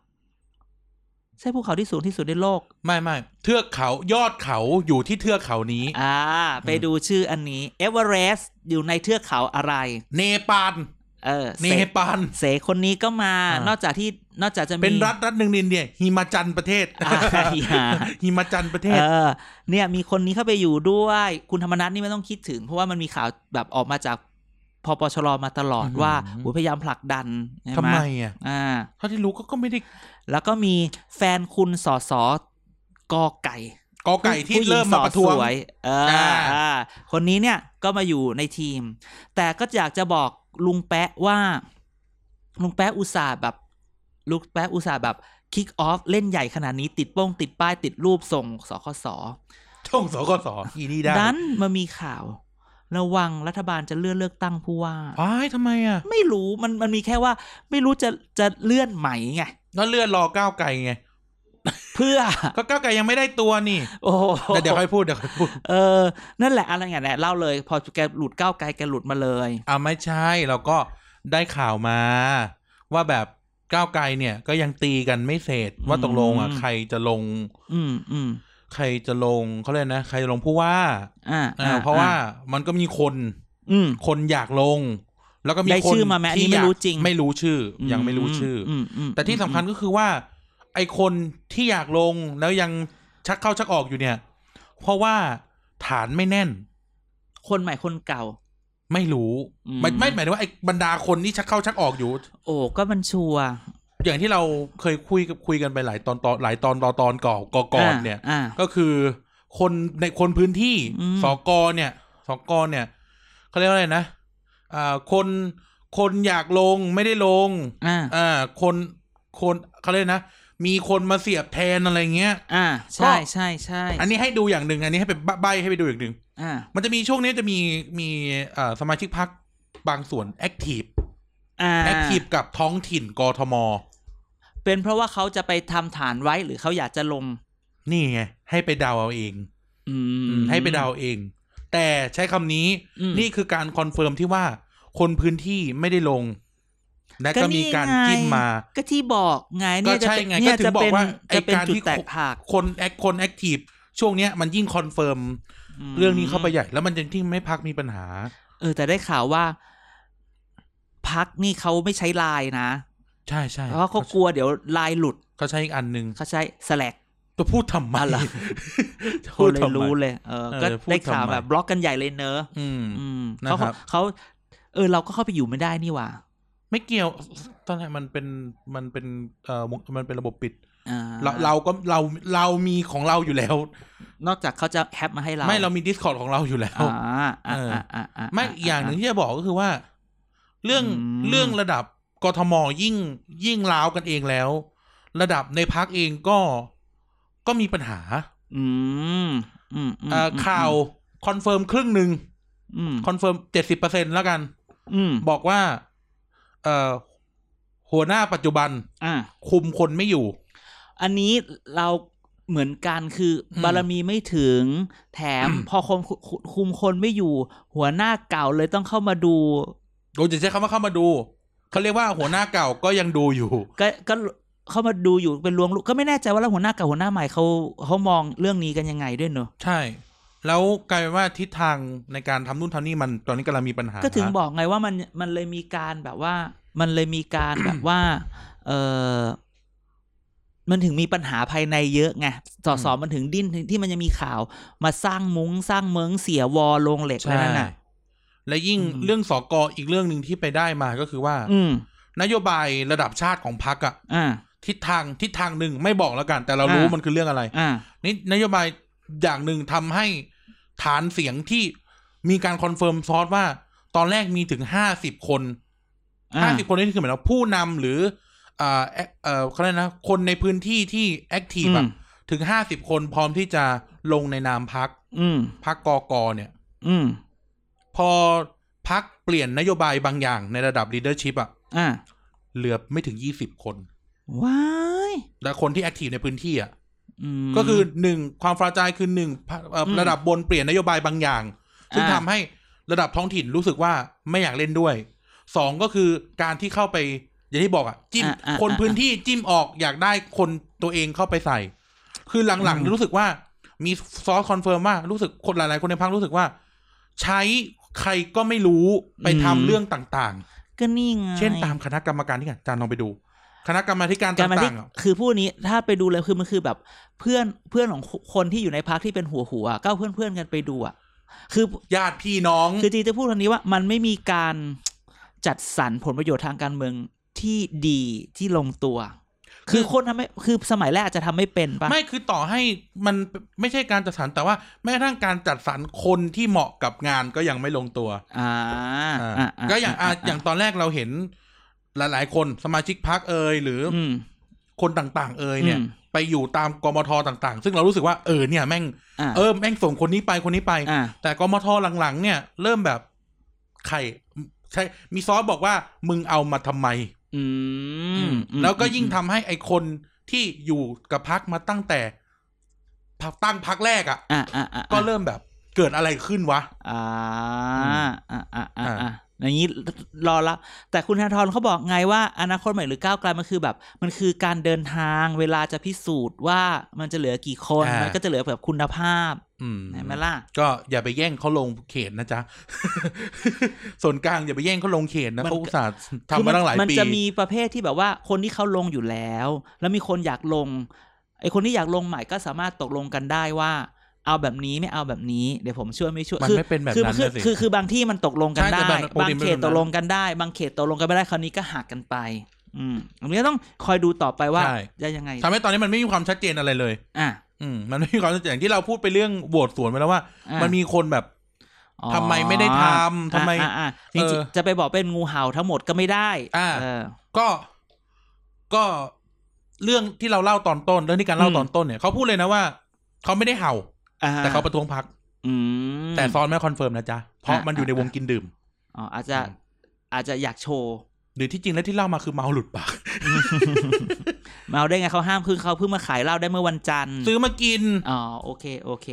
Speaker 1: ใช่ภูเขาที่สูงที่สุดในโลก
Speaker 2: ไม่ไม่เทือกเขายอดเขาอยู่ที่เทือกเขานี้
Speaker 1: อ่า ไปดูชื่ออันนี้เอเวอเรสต์อยู่ในเทือกเขาอะไร
Speaker 2: เนปาล
Speaker 1: เออ
Speaker 2: เน
Speaker 1: เส
Speaker 2: ปาล
Speaker 1: เสคนนี้ก็มา
Speaker 2: อ่าน
Speaker 1: นอกจากที่นอกจากจะมี
Speaker 2: เป็นรัฐรัฐหนึ่งในอินเดียหิมาจันประเทศ
Speaker 1: อ่าอย่า
Speaker 2: หิมาจันประเทศ
Speaker 1: เออเนี่ยมีคนนี้เข้าไปอยู่ด้วย คุณธรรมนัฐนี่ไม่ต้องคิดถึง เพราะว่ามันมีข่าวแบบออกมาจากพปชรมาตลอด
Speaker 2: อือหือ
Speaker 1: ว่าโอ้ยพยายามผลักดันใช่
Speaker 2: ทำ
Speaker 1: ห
Speaker 2: ไมอ่ะ
Speaker 1: อ่า
Speaker 2: เท่าที่รู้ก็ก็ไม่ได้
Speaker 1: แล้วก็มีแฟนคุณสอสอกอไก่
Speaker 2: กอไก่ที่
Speaker 1: ผู้หญิง
Speaker 2: เริ่มมาประท้วง
Speaker 1: สอสวยเออ
Speaker 2: จ้า
Speaker 1: อ่าคนนี้เนี่ยก็มาอยู่ในทีม แต่ก็อยากจะบอกลุงแปะว่า ลุงแปะอุตส่าห์แบบลุงแปะอุตส่าห์แบบคิกออฟเล่นใหญ่ขนาดนี้ติดโป้งติดป้ายติดรูปส่งสคส
Speaker 2: ช่องสกสอีนี่ได้
Speaker 1: ดันมามีข่าว ระวังรัฐบาลจะเลื่อนเลือกตั้งผู้ว่า
Speaker 2: ว้ายทำไมอ่ะ
Speaker 1: ไม่รู้มันมันมีแค่ว่า ไม่รู้จะจะเลื่อนไหมไง
Speaker 2: แล้วเลื่อนรอก้าวไกลไง
Speaker 1: เพื่อ
Speaker 2: ก็ก้าวไกลยังไม่ได้ตัวนี่
Speaker 1: โอ้โห
Speaker 2: แต่เดี๋ยวค่อยพูดเดี๋ยวค่อยพูด
Speaker 1: เออ นั่นแหละอะไรอย่างเงี้ยแหละเล่าเลย พอแกหลุดก้าวไกลแกหลุดมาเลย
Speaker 2: อ่าไม่ใช่เราก็ได้ข่าวมา ว่าแบบก้าวไกลเนี่ย ก็ยังตีกันไม่เสร็จว่าตกลงอ่ะ
Speaker 1: อืม
Speaker 2: ใครจะลง
Speaker 1: อืมอืม
Speaker 2: ใครจะลงเขาเรียกนะใครจะลงผู้ว่า
Speaker 1: อ่า
Speaker 2: อ่าเพราะว่ามันก็มีคน
Speaker 1: อืม
Speaker 2: คนอยากลง แล้วก็มี
Speaker 1: ได้
Speaker 2: คน
Speaker 1: ชื่อมาไหมอันนี้
Speaker 2: ที่
Speaker 1: ไม่
Speaker 2: อยาก
Speaker 1: รู้จริง
Speaker 2: ไม่รู้ชื่ออยังไม่รู้ชื่ออ
Speaker 1: มอืม
Speaker 2: แต่ที่สำคัญก็คือว่า ไอคนที่อยากลงแล้วยังชักเข้าชักออกอยู่เนี่ย เพราะว่าฐานไม่แน่น
Speaker 1: คนใหม่คนเก่า
Speaker 2: ไม่รู้
Speaker 1: อืม
Speaker 2: ไม่ไม่หมายถึงว่าไอบรรดาคนที่ชักเข้าชักออกอยู่
Speaker 1: โอ้ก็มันชัวร์
Speaker 2: อย่างที่เราเคยคุยกับคุยกันไปหลายตอนตอนหลายตอนตอนตอนก่อนก่อนก่อนเนี่ย
Speaker 1: อ่า
Speaker 2: ก็คือคนในคนพื้นที่
Speaker 1: อืม
Speaker 2: สกเนี่ยสกเนี่ยเขาเรียกว่าอะไรนะอ่าคนคนอยากลงไม่ได้ลง
Speaker 1: อ่า
Speaker 2: อ่าคนคนเขาเรียกนะมีคนมาเสียบแทนอะไรเงี้ย
Speaker 1: อ่าใช่ใช่ใช่
Speaker 2: อันนี้ให้ดูอย่างหนึ่งอันนี้ให้เป็นใบให้ไปดูอย่างหนึ่ง
Speaker 1: อ่า
Speaker 2: มันจะมีช่วงนี้จะมีมีเอ่อสมาชิกพักบางส่วนแอคทีฟ
Speaker 1: อ่า
Speaker 2: แอคทีฟกับท้องถิ่นกทม
Speaker 1: เป็นเพราะว่าเขาจะไปทำฐานไว้หรือเขาอยากจะลง
Speaker 2: นี่ไง ให้ไปเดาเอาเอง
Speaker 1: อืม
Speaker 2: ให้ไปเดาเอง แต่ใช้คำนี้
Speaker 1: อืม
Speaker 2: นี่คือการคอนเฟิร์มที่ว่าคนพื้นที่ไม่ได้ลง และ
Speaker 1: ก็
Speaker 2: ก็
Speaker 1: นี่
Speaker 2: มีการ
Speaker 1: ไง
Speaker 2: จิ้มมา
Speaker 1: ก็ที่บอกไง
Speaker 2: ก็
Speaker 1: เนี่ยจะ
Speaker 2: ใช่ไง
Speaker 1: เนี่
Speaker 2: ก็
Speaker 1: ย
Speaker 2: ถึ
Speaker 1: จะ
Speaker 2: งบอ
Speaker 1: เป็
Speaker 2: ก
Speaker 1: น
Speaker 2: ว่าไอ
Speaker 1: จะเป็น
Speaker 2: การ
Speaker 1: จุด
Speaker 2: ที่
Speaker 1: แตกหัก
Speaker 2: คนแอคคนแอคทีฟช่วงเนี้ยมันยิ่งคอนเฟิร์ม
Speaker 1: ม
Speaker 2: เรื่องนี้เข้าไปใหญ่ แล้วมันจะที่ไม่พักมีปัญหา
Speaker 1: เออ แต่ได้ข่าวว่า พักนี่เขาไม่ใช้ไลน์นะ
Speaker 2: ใช่ใช่
Speaker 1: เพราะเขากลัวเดี๋ยวไลน์หลุด
Speaker 2: เขาใช้อีกอันหนึ่ง
Speaker 1: เขาใช้ slack
Speaker 2: จะพูดทำไม
Speaker 1: อ๋อ เหรอ
Speaker 2: จะ
Speaker 1: เขา
Speaker 2: พูด
Speaker 1: เลย
Speaker 2: ทำไม
Speaker 1: รู้เลย เออ
Speaker 2: เออ
Speaker 1: ก็
Speaker 2: จะพูด
Speaker 1: ได้ข่าว
Speaker 2: ทำไม
Speaker 1: แบบบล็อกกันใหญ่เลยเนอะ
Speaker 2: อืม
Speaker 1: อืม
Speaker 2: นะ
Speaker 1: เขา
Speaker 2: ครับ
Speaker 1: เขาเออ เราก็เข้าไปอยู่ไม่ได้นี่หว่า
Speaker 2: ไม่เกี่ยวตอนแรกมันเป็นมันเป็นเอ่อวงมันเป็นระบบปิด
Speaker 1: อ่
Speaker 2: เราเราก็เราเรามีของเราอยู่แล้ว
Speaker 1: นอกจากเขาจะแฮปมาให้เรา
Speaker 2: ไม่เรามี Discord ของเราอยู่แล้ว
Speaker 1: อ่าอ่าอ่าอ่าอ่า
Speaker 2: ไม่อีกอย่างหนึ่งที่จะบอกก็คือว่า เรื่อง
Speaker 1: อืม
Speaker 2: เรื่องระดับกทมยิ่งยิ่งล้าวกันเองแล้ว ระดับในพักเองก็ก็มีปัญหา
Speaker 1: อืมอืมอืม
Speaker 2: เอ่ออข่าวคอนเฟิร์มครึ่งหนึ่ง
Speaker 1: อืม
Speaker 2: คอนเฟิร์มเจ็ดสิบเปอร์เซ็นแล้วกัน
Speaker 1: อืม
Speaker 2: บอกว่า เอ่อหัวหน้าปัจจุบัน
Speaker 1: อ่า
Speaker 2: คุมคนไม่อยู่
Speaker 1: อันนี้เราเหมือนกันคืออ
Speaker 2: ม
Speaker 1: บารมีไม่ถึง แถม
Speaker 2: อืม
Speaker 1: พอคมคุคุมคนไม่อยู่ หัวหน้าเก่าเลยต้องเข้ามาดู
Speaker 2: เราจะใช้คำว่าเข้ามาดูเขาเรียกว่าหัวหน้าเก่าก็ยังดูอยู่
Speaker 1: ก็ก็เข้ามาดูอยู่เป็นลวงลูกก็ไม่แน่ใจว่าแล้วหัวหน้าเกับหัวหน้าใหม่เขาเขามองเรื่องนี้กันยังไงด้วยเนอะ
Speaker 2: ใช่ แล้วกลายเป็นว่าทิศทางในการทำนู่นทำนี่มันตอนนี้กำลังมีปัญหา
Speaker 1: ก็ถึงบอกไงว่ามันมันเลยมีการแบบว่า มันเลยมีการ แบบว่า เออมันถึงมีปัญหาภายในเยอะไงสอสอมันถึงดิ้นที่มันยังมีข่าว มาสร้างมุ้งสร้างเมืองเสียวอลงเหล็กอะไร
Speaker 2: ใช่
Speaker 1: นั่นน่ะ
Speaker 2: และยิ่ง
Speaker 1: อืม
Speaker 2: เรื่องสอกออีกเรื่องหนึ่งที่ไปได้มาก็คือว่า
Speaker 1: อืม
Speaker 2: นโยบายระดับชาติของพรรคอะ
Speaker 1: อ่า
Speaker 2: ทิศทางทิศทางหนึ่งไม่บอกแล้วกัน แต่เรารู้
Speaker 1: อ่ามั
Speaker 2: มันคือเรื่องอะไร
Speaker 1: อ่า
Speaker 2: นี่นโยบายอย่างหนึ่งทำให้ฐานเสียงที่มีการคอนเฟิร์มซอสว่า ตอนแรกมีถึงห้าสิบคน
Speaker 1: อ่า
Speaker 2: ห้าสิบคนนี่คือหมายถึงว่าผู้นำหรือเอ่อแอเอ่อเขาเรียกนะคนในพื้นที่ที่แอคทีฟอะถึงห้าสิบคนพร้อมที่จะลงในนามพรรค
Speaker 1: อืม
Speaker 2: พรรคกกเนี่ย
Speaker 1: อืม
Speaker 2: พอพักเปลี่ยนนโยบายบางอย่างในระดับ leadership อะ
Speaker 1: อ่า
Speaker 2: เหลือไม่ถึงยี่สิบคน
Speaker 1: ว้าย
Speaker 2: แต่คนที่แอคทีฟในพื้นที่อะ
Speaker 1: ม
Speaker 2: ก็คือหนึ่งความฟราจายคือหนึ่งพะเอ่ออ
Speaker 1: ม
Speaker 2: ระดับบนเปลี่ยนนโยบายบางอย่าง ซึ่ง
Speaker 1: อ่า
Speaker 2: ทำให้ระดับท้องถิ่นรู้สึกว่าไม่อยากเล่นด้วยสองก็คือการที่เข้าไป อย่างที่บอกอะจิ้ม
Speaker 1: อ่าอ่า
Speaker 2: คน
Speaker 1: อ่า
Speaker 2: พื้นที่จิ้มออกอยากได้คนตัวเองเข้าไปใส่ คือหลัง
Speaker 1: อืม
Speaker 2: ๆรู้สึกว่ามีซอสคอนเฟิร์มว่ารู้สึกคนหลายๆ คนในพักรู้สึกว่า ใช้ใครก็ไม่รู้ไปทำเรื่องต่างๆ
Speaker 1: ก็นี่ไง
Speaker 2: เช่นตามคณะกรรมการที่อาจารย์ลองไปดู คณะกรรมาธิการ
Speaker 1: การมาที่
Speaker 2: ต่างๆอ่ะ
Speaker 1: คือผู้นี้ถ้าไปดูเลยคือมันคือแบบ เพื่อนเพื่อนของคนที่อยู่ในพักที่เป็นหัวหัวๆอะก็เอาเพื่อนเพื่อนกันไปดูอ่ะ คือ
Speaker 2: ญาติพี่น้อง
Speaker 1: คือจริงๆจะพูดทางนี้ว่ามันไม่มีการจัดสรรผลประโยชน์ทางการเมืองที่ดีที่ลงตัว คือคนทำไม่คือสมัยแรกอาจจะทำไม่เป็นป่ะ
Speaker 2: ไม่คือต่อให้มันไม่ใช่การจัดสรรแต่ว่าแม้กระทั่งการจัดสรรคนที่เหมาะกับงานก็ยังไม่ลงตัว
Speaker 1: อ่า
Speaker 2: อ่าก็อย่างอ่ะอย่างตอนแรกเราเห็นหลาย ๆ คนสมาชิกพักเอยหรืออ
Speaker 1: อืม
Speaker 2: คนต่างๆ เอยเนี่ย
Speaker 1: อืม
Speaker 2: ไปอยู่ตามกมทต่างๆ ซึ่งเรารู้สึกว่าเออเนี่ยแม่ง
Speaker 1: อ่า
Speaker 2: เออแม่งส่งคนนี้ไปคนนี้ไป
Speaker 1: อ่า
Speaker 2: แต่กมทหลังๆ เนี่ย เริ่มแบบใครใช่มีซอสบอกว่ามึงเอามาทำไม
Speaker 1: อืม
Speaker 2: แล้วก็ยิ่งทำให้ไอคนที่อยู่กับพักมาตั้งแต่พักตั้งพักแรกอะ่ะ
Speaker 1: อ่ะอ่ะอ่ะ
Speaker 2: ก็เริ่มแบบเกิดอะไรขึ้นวะ
Speaker 1: อ่าอ่าอ่าอ่า
Speaker 2: อ่า
Speaker 1: อ่าอย่างนี้รอละแต่คุณธนาธรเขาบอกไงว่าอนาคตใหม่หรือก้าวไกลมันคือแบบ มันคือการเดินทางเวลาจะพิสูจน์ว่ามันจะเหลือกี่คน มันก็จะเหลือแบบคุณภาพ
Speaker 2: อืม
Speaker 1: เห็นไหมล่ะ
Speaker 2: ก็อย่าไปแย่งเขาลงเขตนะจ๊ ะ ส่วนกลางอย่าไปแย่งเขาลงเขตนะ
Speaker 1: มัน
Speaker 2: เขาอุตส่าห์ทำมาตั้งหลาย
Speaker 1: มัน
Speaker 2: ปี
Speaker 1: จะมีประเภทที่แบบว่าคนที่เขาลงอยู่แล้ว แล้วมีคนอยากลงไอคนที่อยากลงใหม่ก็สามารถตกลงกันได้ว่า เอาแบบนี้ไม่เอาแบบนี้เดี๋ยวผมช่วยไม่ช่วย
Speaker 2: มัน
Speaker 1: คือ
Speaker 2: ไม่เป็นแบบ
Speaker 1: คือ
Speaker 2: นั้น
Speaker 1: คือ
Speaker 2: นะสิ
Speaker 1: คือคือบางที่มันตกลงกัน
Speaker 2: ใช่แต่
Speaker 1: ได้
Speaker 2: แบบปก
Speaker 1: บาง
Speaker 2: ติมัน
Speaker 1: เข
Speaker 2: เป็
Speaker 1: ต
Speaker 2: นแบบนั้น
Speaker 1: ตกลงกันได้ บางเขตตกลงกันไม่ได้คราวนี้ก็หักกันไป อืมอันนี้ต้องคอยดูต่อไปว่า
Speaker 2: ใช่
Speaker 1: จะยังไง
Speaker 2: ทำให้ตอนนี้มันไม่มีความชัดเจนอะไรเลย
Speaker 1: อ่ะ
Speaker 2: อืมมันไม่มีความชัดเจนอย่างที่เราพูดไปเรื่องโหวตสวนไปแล้วว่า
Speaker 1: อ่ะ
Speaker 2: มันมีคนแบบ
Speaker 1: อ๋อ
Speaker 2: ทำไมไม่ได้ทำทำไม
Speaker 1: อ่ะอ่ะอ่ะจริง
Speaker 2: เออ
Speaker 1: ๆจะไปบอกเป็นงูเห่าทั้งหมดก็ไม่ได้
Speaker 2: อ่ะ
Speaker 1: เออ
Speaker 2: ก็ก็เรื่องที่เราเล่าตอนต้น เรื่องที่การเล่าตอนต้นเนี่ยเขาพูดเลยนะว่าเขาไม่ได้เห่า
Speaker 1: อ่
Speaker 2: แต่เขาประท้วงพัก
Speaker 1: อืม
Speaker 2: แต่ซอนไม่คอนเฟิร์มนะจ๊ะ เพราะ
Speaker 1: อ่ะ
Speaker 2: มันอยู่ใน
Speaker 1: อ่ะ
Speaker 2: วงกินดื่ม
Speaker 1: อ๋ออาจจะ
Speaker 2: อืม
Speaker 1: อาจจะอยากโชว์
Speaker 2: หรือที่จริงแล้วที่เล่ามาคือเมาหลุดปาก
Speaker 1: เมาได้ไงเขาห้ามคือเขาเพิ่งมาขายเหล้าได้เมื่อวันจันทร์
Speaker 2: ซื้อมากิน
Speaker 1: อ๋อโอเคโอ เค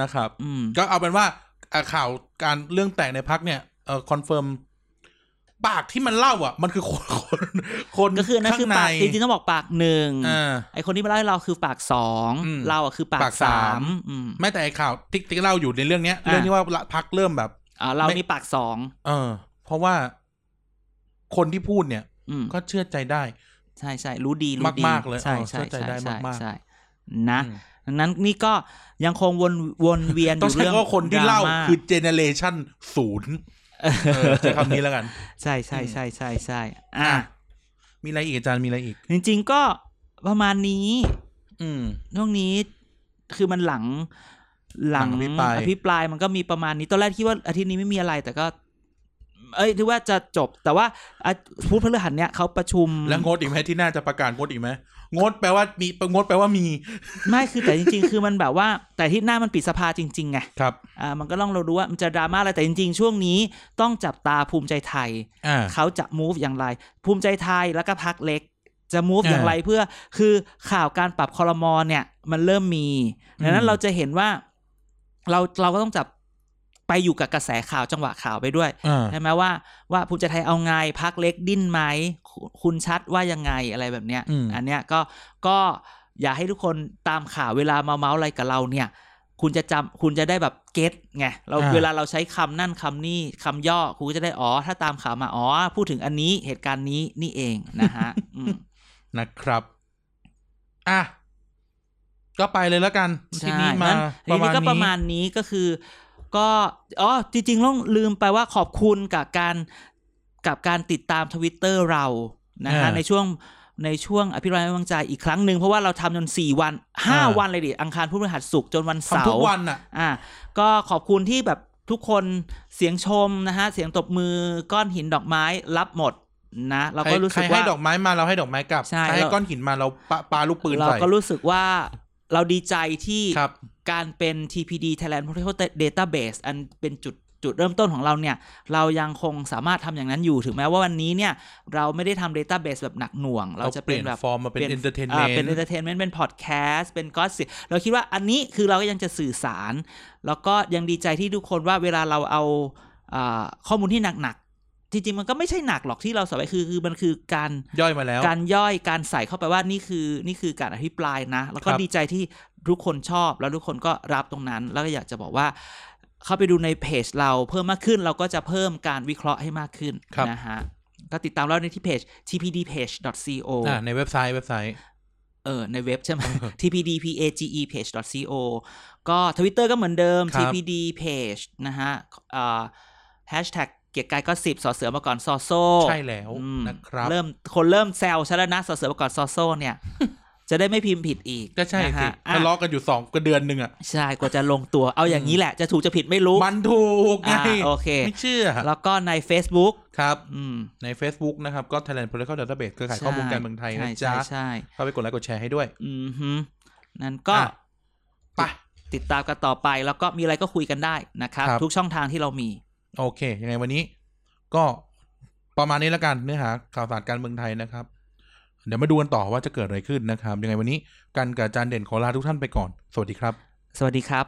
Speaker 2: นะครับ
Speaker 1: อืม
Speaker 2: ก็เอาเป็นว่าอ่ะข่าวการเรื่องแตกในพักเนี่ยเออคอนเฟิร์มปากที่มันเล่าอ่ะ มันคือคนคน คน
Speaker 1: ก็คือนั่นคือปากจ
Speaker 2: ข้
Speaker 1: ริงๆต้องบอกปากหนึ่ง
Speaker 2: อ่า
Speaker 1: ไอคนที่มาเล่าให้เราคือปากสอง
Speaker 2: อืม
Speaker 1: เราอะคือปาก
Speaker 2: ปาก
Speaker 1: สา
Speaker 2: สาม ม
Speaker 1: อืม
Speaker 2: ไม่แต่ไอ้ข่าวติ๊กติ๊กเล่าอยู่ในเรื่องเนี้ย
Speaker 1: อ่ะ
Speaker 2: เรื่องที่ว่าละพักเริ่มแบบ
Speaker 1: อ่าเรา
Speaker 2: ไม่
Speaker 1: นี่ปากสอง
Speaker 2: เออ เพราะว่าคนที่พูดเนี่ย
Speaker 1: อืม
Speaker 2: ก็เชื่อใจได้
Speaker 1: ใช่ใช่รู้ดีรู้ดี
Speaker 2: มากๆเลย
Speaker 1: ใช่
Speaker 2: เออ
Speaker 1: ใช่
Speaker 2: เข้าใจ
Speaker 1: ใช่
Speaker 2: ได้
Speaker 1: ใช่
Speaker 2: มากๆ
Speaker 1: ใช่นะ
Speaker 2: อืม
Speaker 1: ดังนั้นนี่ก็ยังคงวนวนเวียนอ
Speaker 2: ต้อง
Speaker 1: ยู่
Speaker 2: ใช้
Speaker 1: เรื่อง
Speaker 2: คำว่าคนที่เล่า
Speaker 1: ดรม่
Speaker 2: คือเจเนเรชันศูนย์
Speaker 1: เออ
Speaker 2: เออใช้คำนี้แล้วกัน
Speaker 1: ใช่ใช่ใช่ใช่ใช่อ่ะ
Speaker 2: อ่ะ มีอะไรอีกอาจารย์มีอะไรอีก
Speaker 1: จริง ๆก็ประมาณนี้
Speaker 2: อืม
Speaker 1: ช่วงนี้คือมันหลังหลัง
Speaker 2: หลังอภิปราย
Speaker 1: อภิปรายมันก็มีประมาณนี้ตอนแรกคิดว่าอาทิตย์นี้ไม่มีอะไรแต่ก็ เอ้ยถือว่าจะจบ แต่ว่าอ่ะพุธพฤหัสเนี่ยเขาประชุม
Speaker 2: แล้วงดอีกไหมที่น่าจะประกาศงดอีกไหมงดแปลว่ามีงดแปลว่ามี
Speaker 1: ไม่คือแต่จริง ๆ คือมันแบบว่า แต่อาที่หน้ามันปิดสภาจริงๆไง
Speaker 2: ครับ
Speaker 1: อ่ามันก็ต้องเราดูว่ามันจะดราม่าอะไรแต่จริง ๆ ช่วงนี้ต้องจับตาภูมิใจไทย
Speaker 2: อ่า
Speaker 1: เขาจะ move อย่างไร ภูมิใจไทยแล้วก็พักเล็ก จะ move
Speaker 2: อ่า
Speaker 1: อย่างไรเพื่อคือข่าวการปรับคอรมอเนี่ย มันเริ่มมีดังนั้
Speaker 2: อื
Speaker 1: น
Speaker 2: ม
Speaker 1: เราจะเห็นว่า เราเราก็ต้องจับไปอยู่กับกระแสข่าวจังหวะข่าวไปด้วย
Speaker 2: อ่า
Speaker 1: ใช่ไหมว่าว่าภูมิใจไทยเอาไงพักเล็กดิ้นไหมคุคุณชัดว่ายังไงอะไรแบบเนี้ย
Speaker 2: อืม
Speaker 1: นเนี้ยก็ก็อย่าให้ทุกคนตามข่าวเวลามาเมาส์อะไรกับเราเนี่ย คุณจะจำคุณจะได้แบบเก็ตไงเรา
Speaker 2: อ่า
Speaker 1: เวลาเราใช้คำนั่นคำนี่คำย่อคุณก็จะได้อ๋อถ้าตามข่าวมาอ๋อพูดถึงอันนี้เหตุการณ์นี้นี่เองนะฮะ อืม
Speaker 2: นะครับ อ่ะ ก็ไปเลยแล้วกันที
Speaker 1: ใช่
Speaker 2: นี้มา
Speaker 1: งั้น
Speaker 2: ประ
Speaker 1: ทีนี้
Speaker 2: มาณ
Speaker 1: ก็ประ
Speaker 2: นี้
Speaker 1: มาณนี้ก็คือ ก็อ๋อจริงๆต้องลืมไปว่าขอบคุณกับการกับการติดตามทวิตเตอร์เรานะฮะ
Speaker 2: อ่า
Speaker 1: ในช่วงในช่วงอภิปรายไม่ไว้วางใจอีกครั้งหนึ่งเพราะว่าเราทำจนสี่วันห้า
Speaker 2: อ่า
Speaker 1: วันเลยดิอังคารพุธพฤหัสศุกร์จนวันเสา
Speaker 2: ทำทุก
Speaker 1: ร์
Speaker 2: วันอ่ะ
Speaker 1: อ่ะก็ขอบคุณที่แบบทุกคนเสียงชมนะฮะ เสียงตบมือก้อนหินดอกไม้รับหมดนะเรา
Speaker 2: ใคร
Speaker 1: ก็รู้สึก
Speaker 2: ใคร
Speaker 1: ว่า
Speaker 2: ให้ดอกไม้มาเราให้ดอกไม้กลับ
Speaker 1: ใช่
Speaker 2: ใครให้
Speaker 1: เรา
Speaker 2: ก้อนหินมาเราปะปาลูกปืน
Speaker 1: เรา
Speaker 2: ใส่
Speaker 1: ก็รู้สึกว่าเราดีใจที่
Speaker 2: ครับ
Speaker 1: การเป็น TPD Thailand Protocol Database อันเป็นจุดจุดเริ่มต้นของเราเนี่ย เรายังคงสามารถทำอย่างนั้นอยู่ถึงแม้ว่าวันนี้เนี่ย เราไม่ได้ทำ Database แบบหนักหน่วง เรา
Speaker 2: เรา
Speaker 1: จะ
Speaker 2: จะ
Speaker 1: เป็
Speaker 2: เป็น น
Speaker 1: แบบ
Speaker 2: ฟอร์มมาเป็น
Speaker 1: เปลี่
Speaker 2: เอย
Speaker 1: น
Speaker 2: นเตอร์เทนเม
Speaker 1: อ่าน เป็นเอนเต
Speaker 2: ต์
Speaker 1: อร์เทนเมนต์เป็นพอดแคสต์เป็นก็สิเราคิดว่าอันนี้คือเราก็ยังจะสื่อสาร แล้วก็ยังดีใจที่ทุกคนว่าเวลาเราเอาอาข้อมูลที่หนักๆจริงๆมันก็ไม่ใช่หนักหรอกที่เราใส่ไปคือคือมันคือการ
Speaker 2: ย่อยมาแล้ว
Speaker 1: การย่อยการใส่เข้าไปว่านี่คือนี่คือการอภิปรายนะ แล้วก็
Speaker 2: ครับ
Speaker 1: ดีใจที่ทุกคนชอบแล้วทุกคนก็รับตรงนั้น แล้วก็อยากจะบอกว่า เข้าไปดูในเพจเราเพิ่มมากขึ้น เราก็จะเพิ่มการวิเคราะห์ให้มากขึ้น
Speaker 2: ครับ
Speaker 1: นะฮะก็ติดตามเราในที่เพจ tpdpage.co
Speaker 2: อ่าในเว็บไซต์เว็บไซต์
Speaker 1: เออในเว็บใช่ไหม tpdpage.co ก็ทวิตเตอร์ก็เหมือนเดิม
Speaker 2: ครับ
Speaker 1: tpdpage นะฮะแฮชแท็กเกียรติกายก็สิบสอเสือมาก่อนซอโซ
Speaker 2: ใช่แล้ว
Speaker 1: อืม
Speaker 2: นะครับ
Speaker 1: เริ่มคนเริ่มแซวฉันแล้วนะสอเสือมาก่อนซอโซเนี่ย จะได้ไม่พิมพ์ผิดอีก
Speaker 2: ก็ใช่
Speaker 1: นะ
Speaker 2: สิ
Speaker 1: ฮะอ่ะ
Speaker 2: ทะเลาะกันอยู่สองกระเดือนหนึ่งอ่ะ
Speaker 1: ใช่กว่าจะลงตัวเอาอย่างนี้แหละ จะถูกจะผิดไม่รู้
Speaker 2: มันถูกไง
Speaker 1: อ่าโอเค
Speaker 2: ไม่เชื่อ
Speaker 1: แล้วก็ใน Facebook
Speaker 2: ครับ
Speaker 1: อืม
Speaker 2: ใน Facebook นะครับ ก็ Thailand Political Database เครือข่ายข้อมูลการเมืองไทยนะ
Speaker 1: ใช่
Speaker 2: จ๊ะ
Speaker 1: ใช่ใช่
Speaker 2: เข้าไปกดไลค์กดแชร์ให้ด้วย
Speaker 1: อืมฮึนั่นก็
Speaker 2: อ่ะไป
Speaker 1: ติดตามกันต่อไปแล้วก็มีอะไรก็คุยกันได้นะครับ
Speaker 2: ครับ
Speaker 1: ทุกช่องทางที่เรามี
Speaker 2: โอเค ยังไงวันนี้ก็ประมาณนี้แล้วกันเนื้อหาข่าวสารการเมืองไทยนะครับ เดี๋ยวมาดูกันต่อว่าจะเกิดอะไรขึ้นนะครับ ยังไงวันนี้กันกับอาจารย์เด่นขอลาทุกท่านไปก่อน สวัสดีครับ
Speaker 1: สวัสดีครับ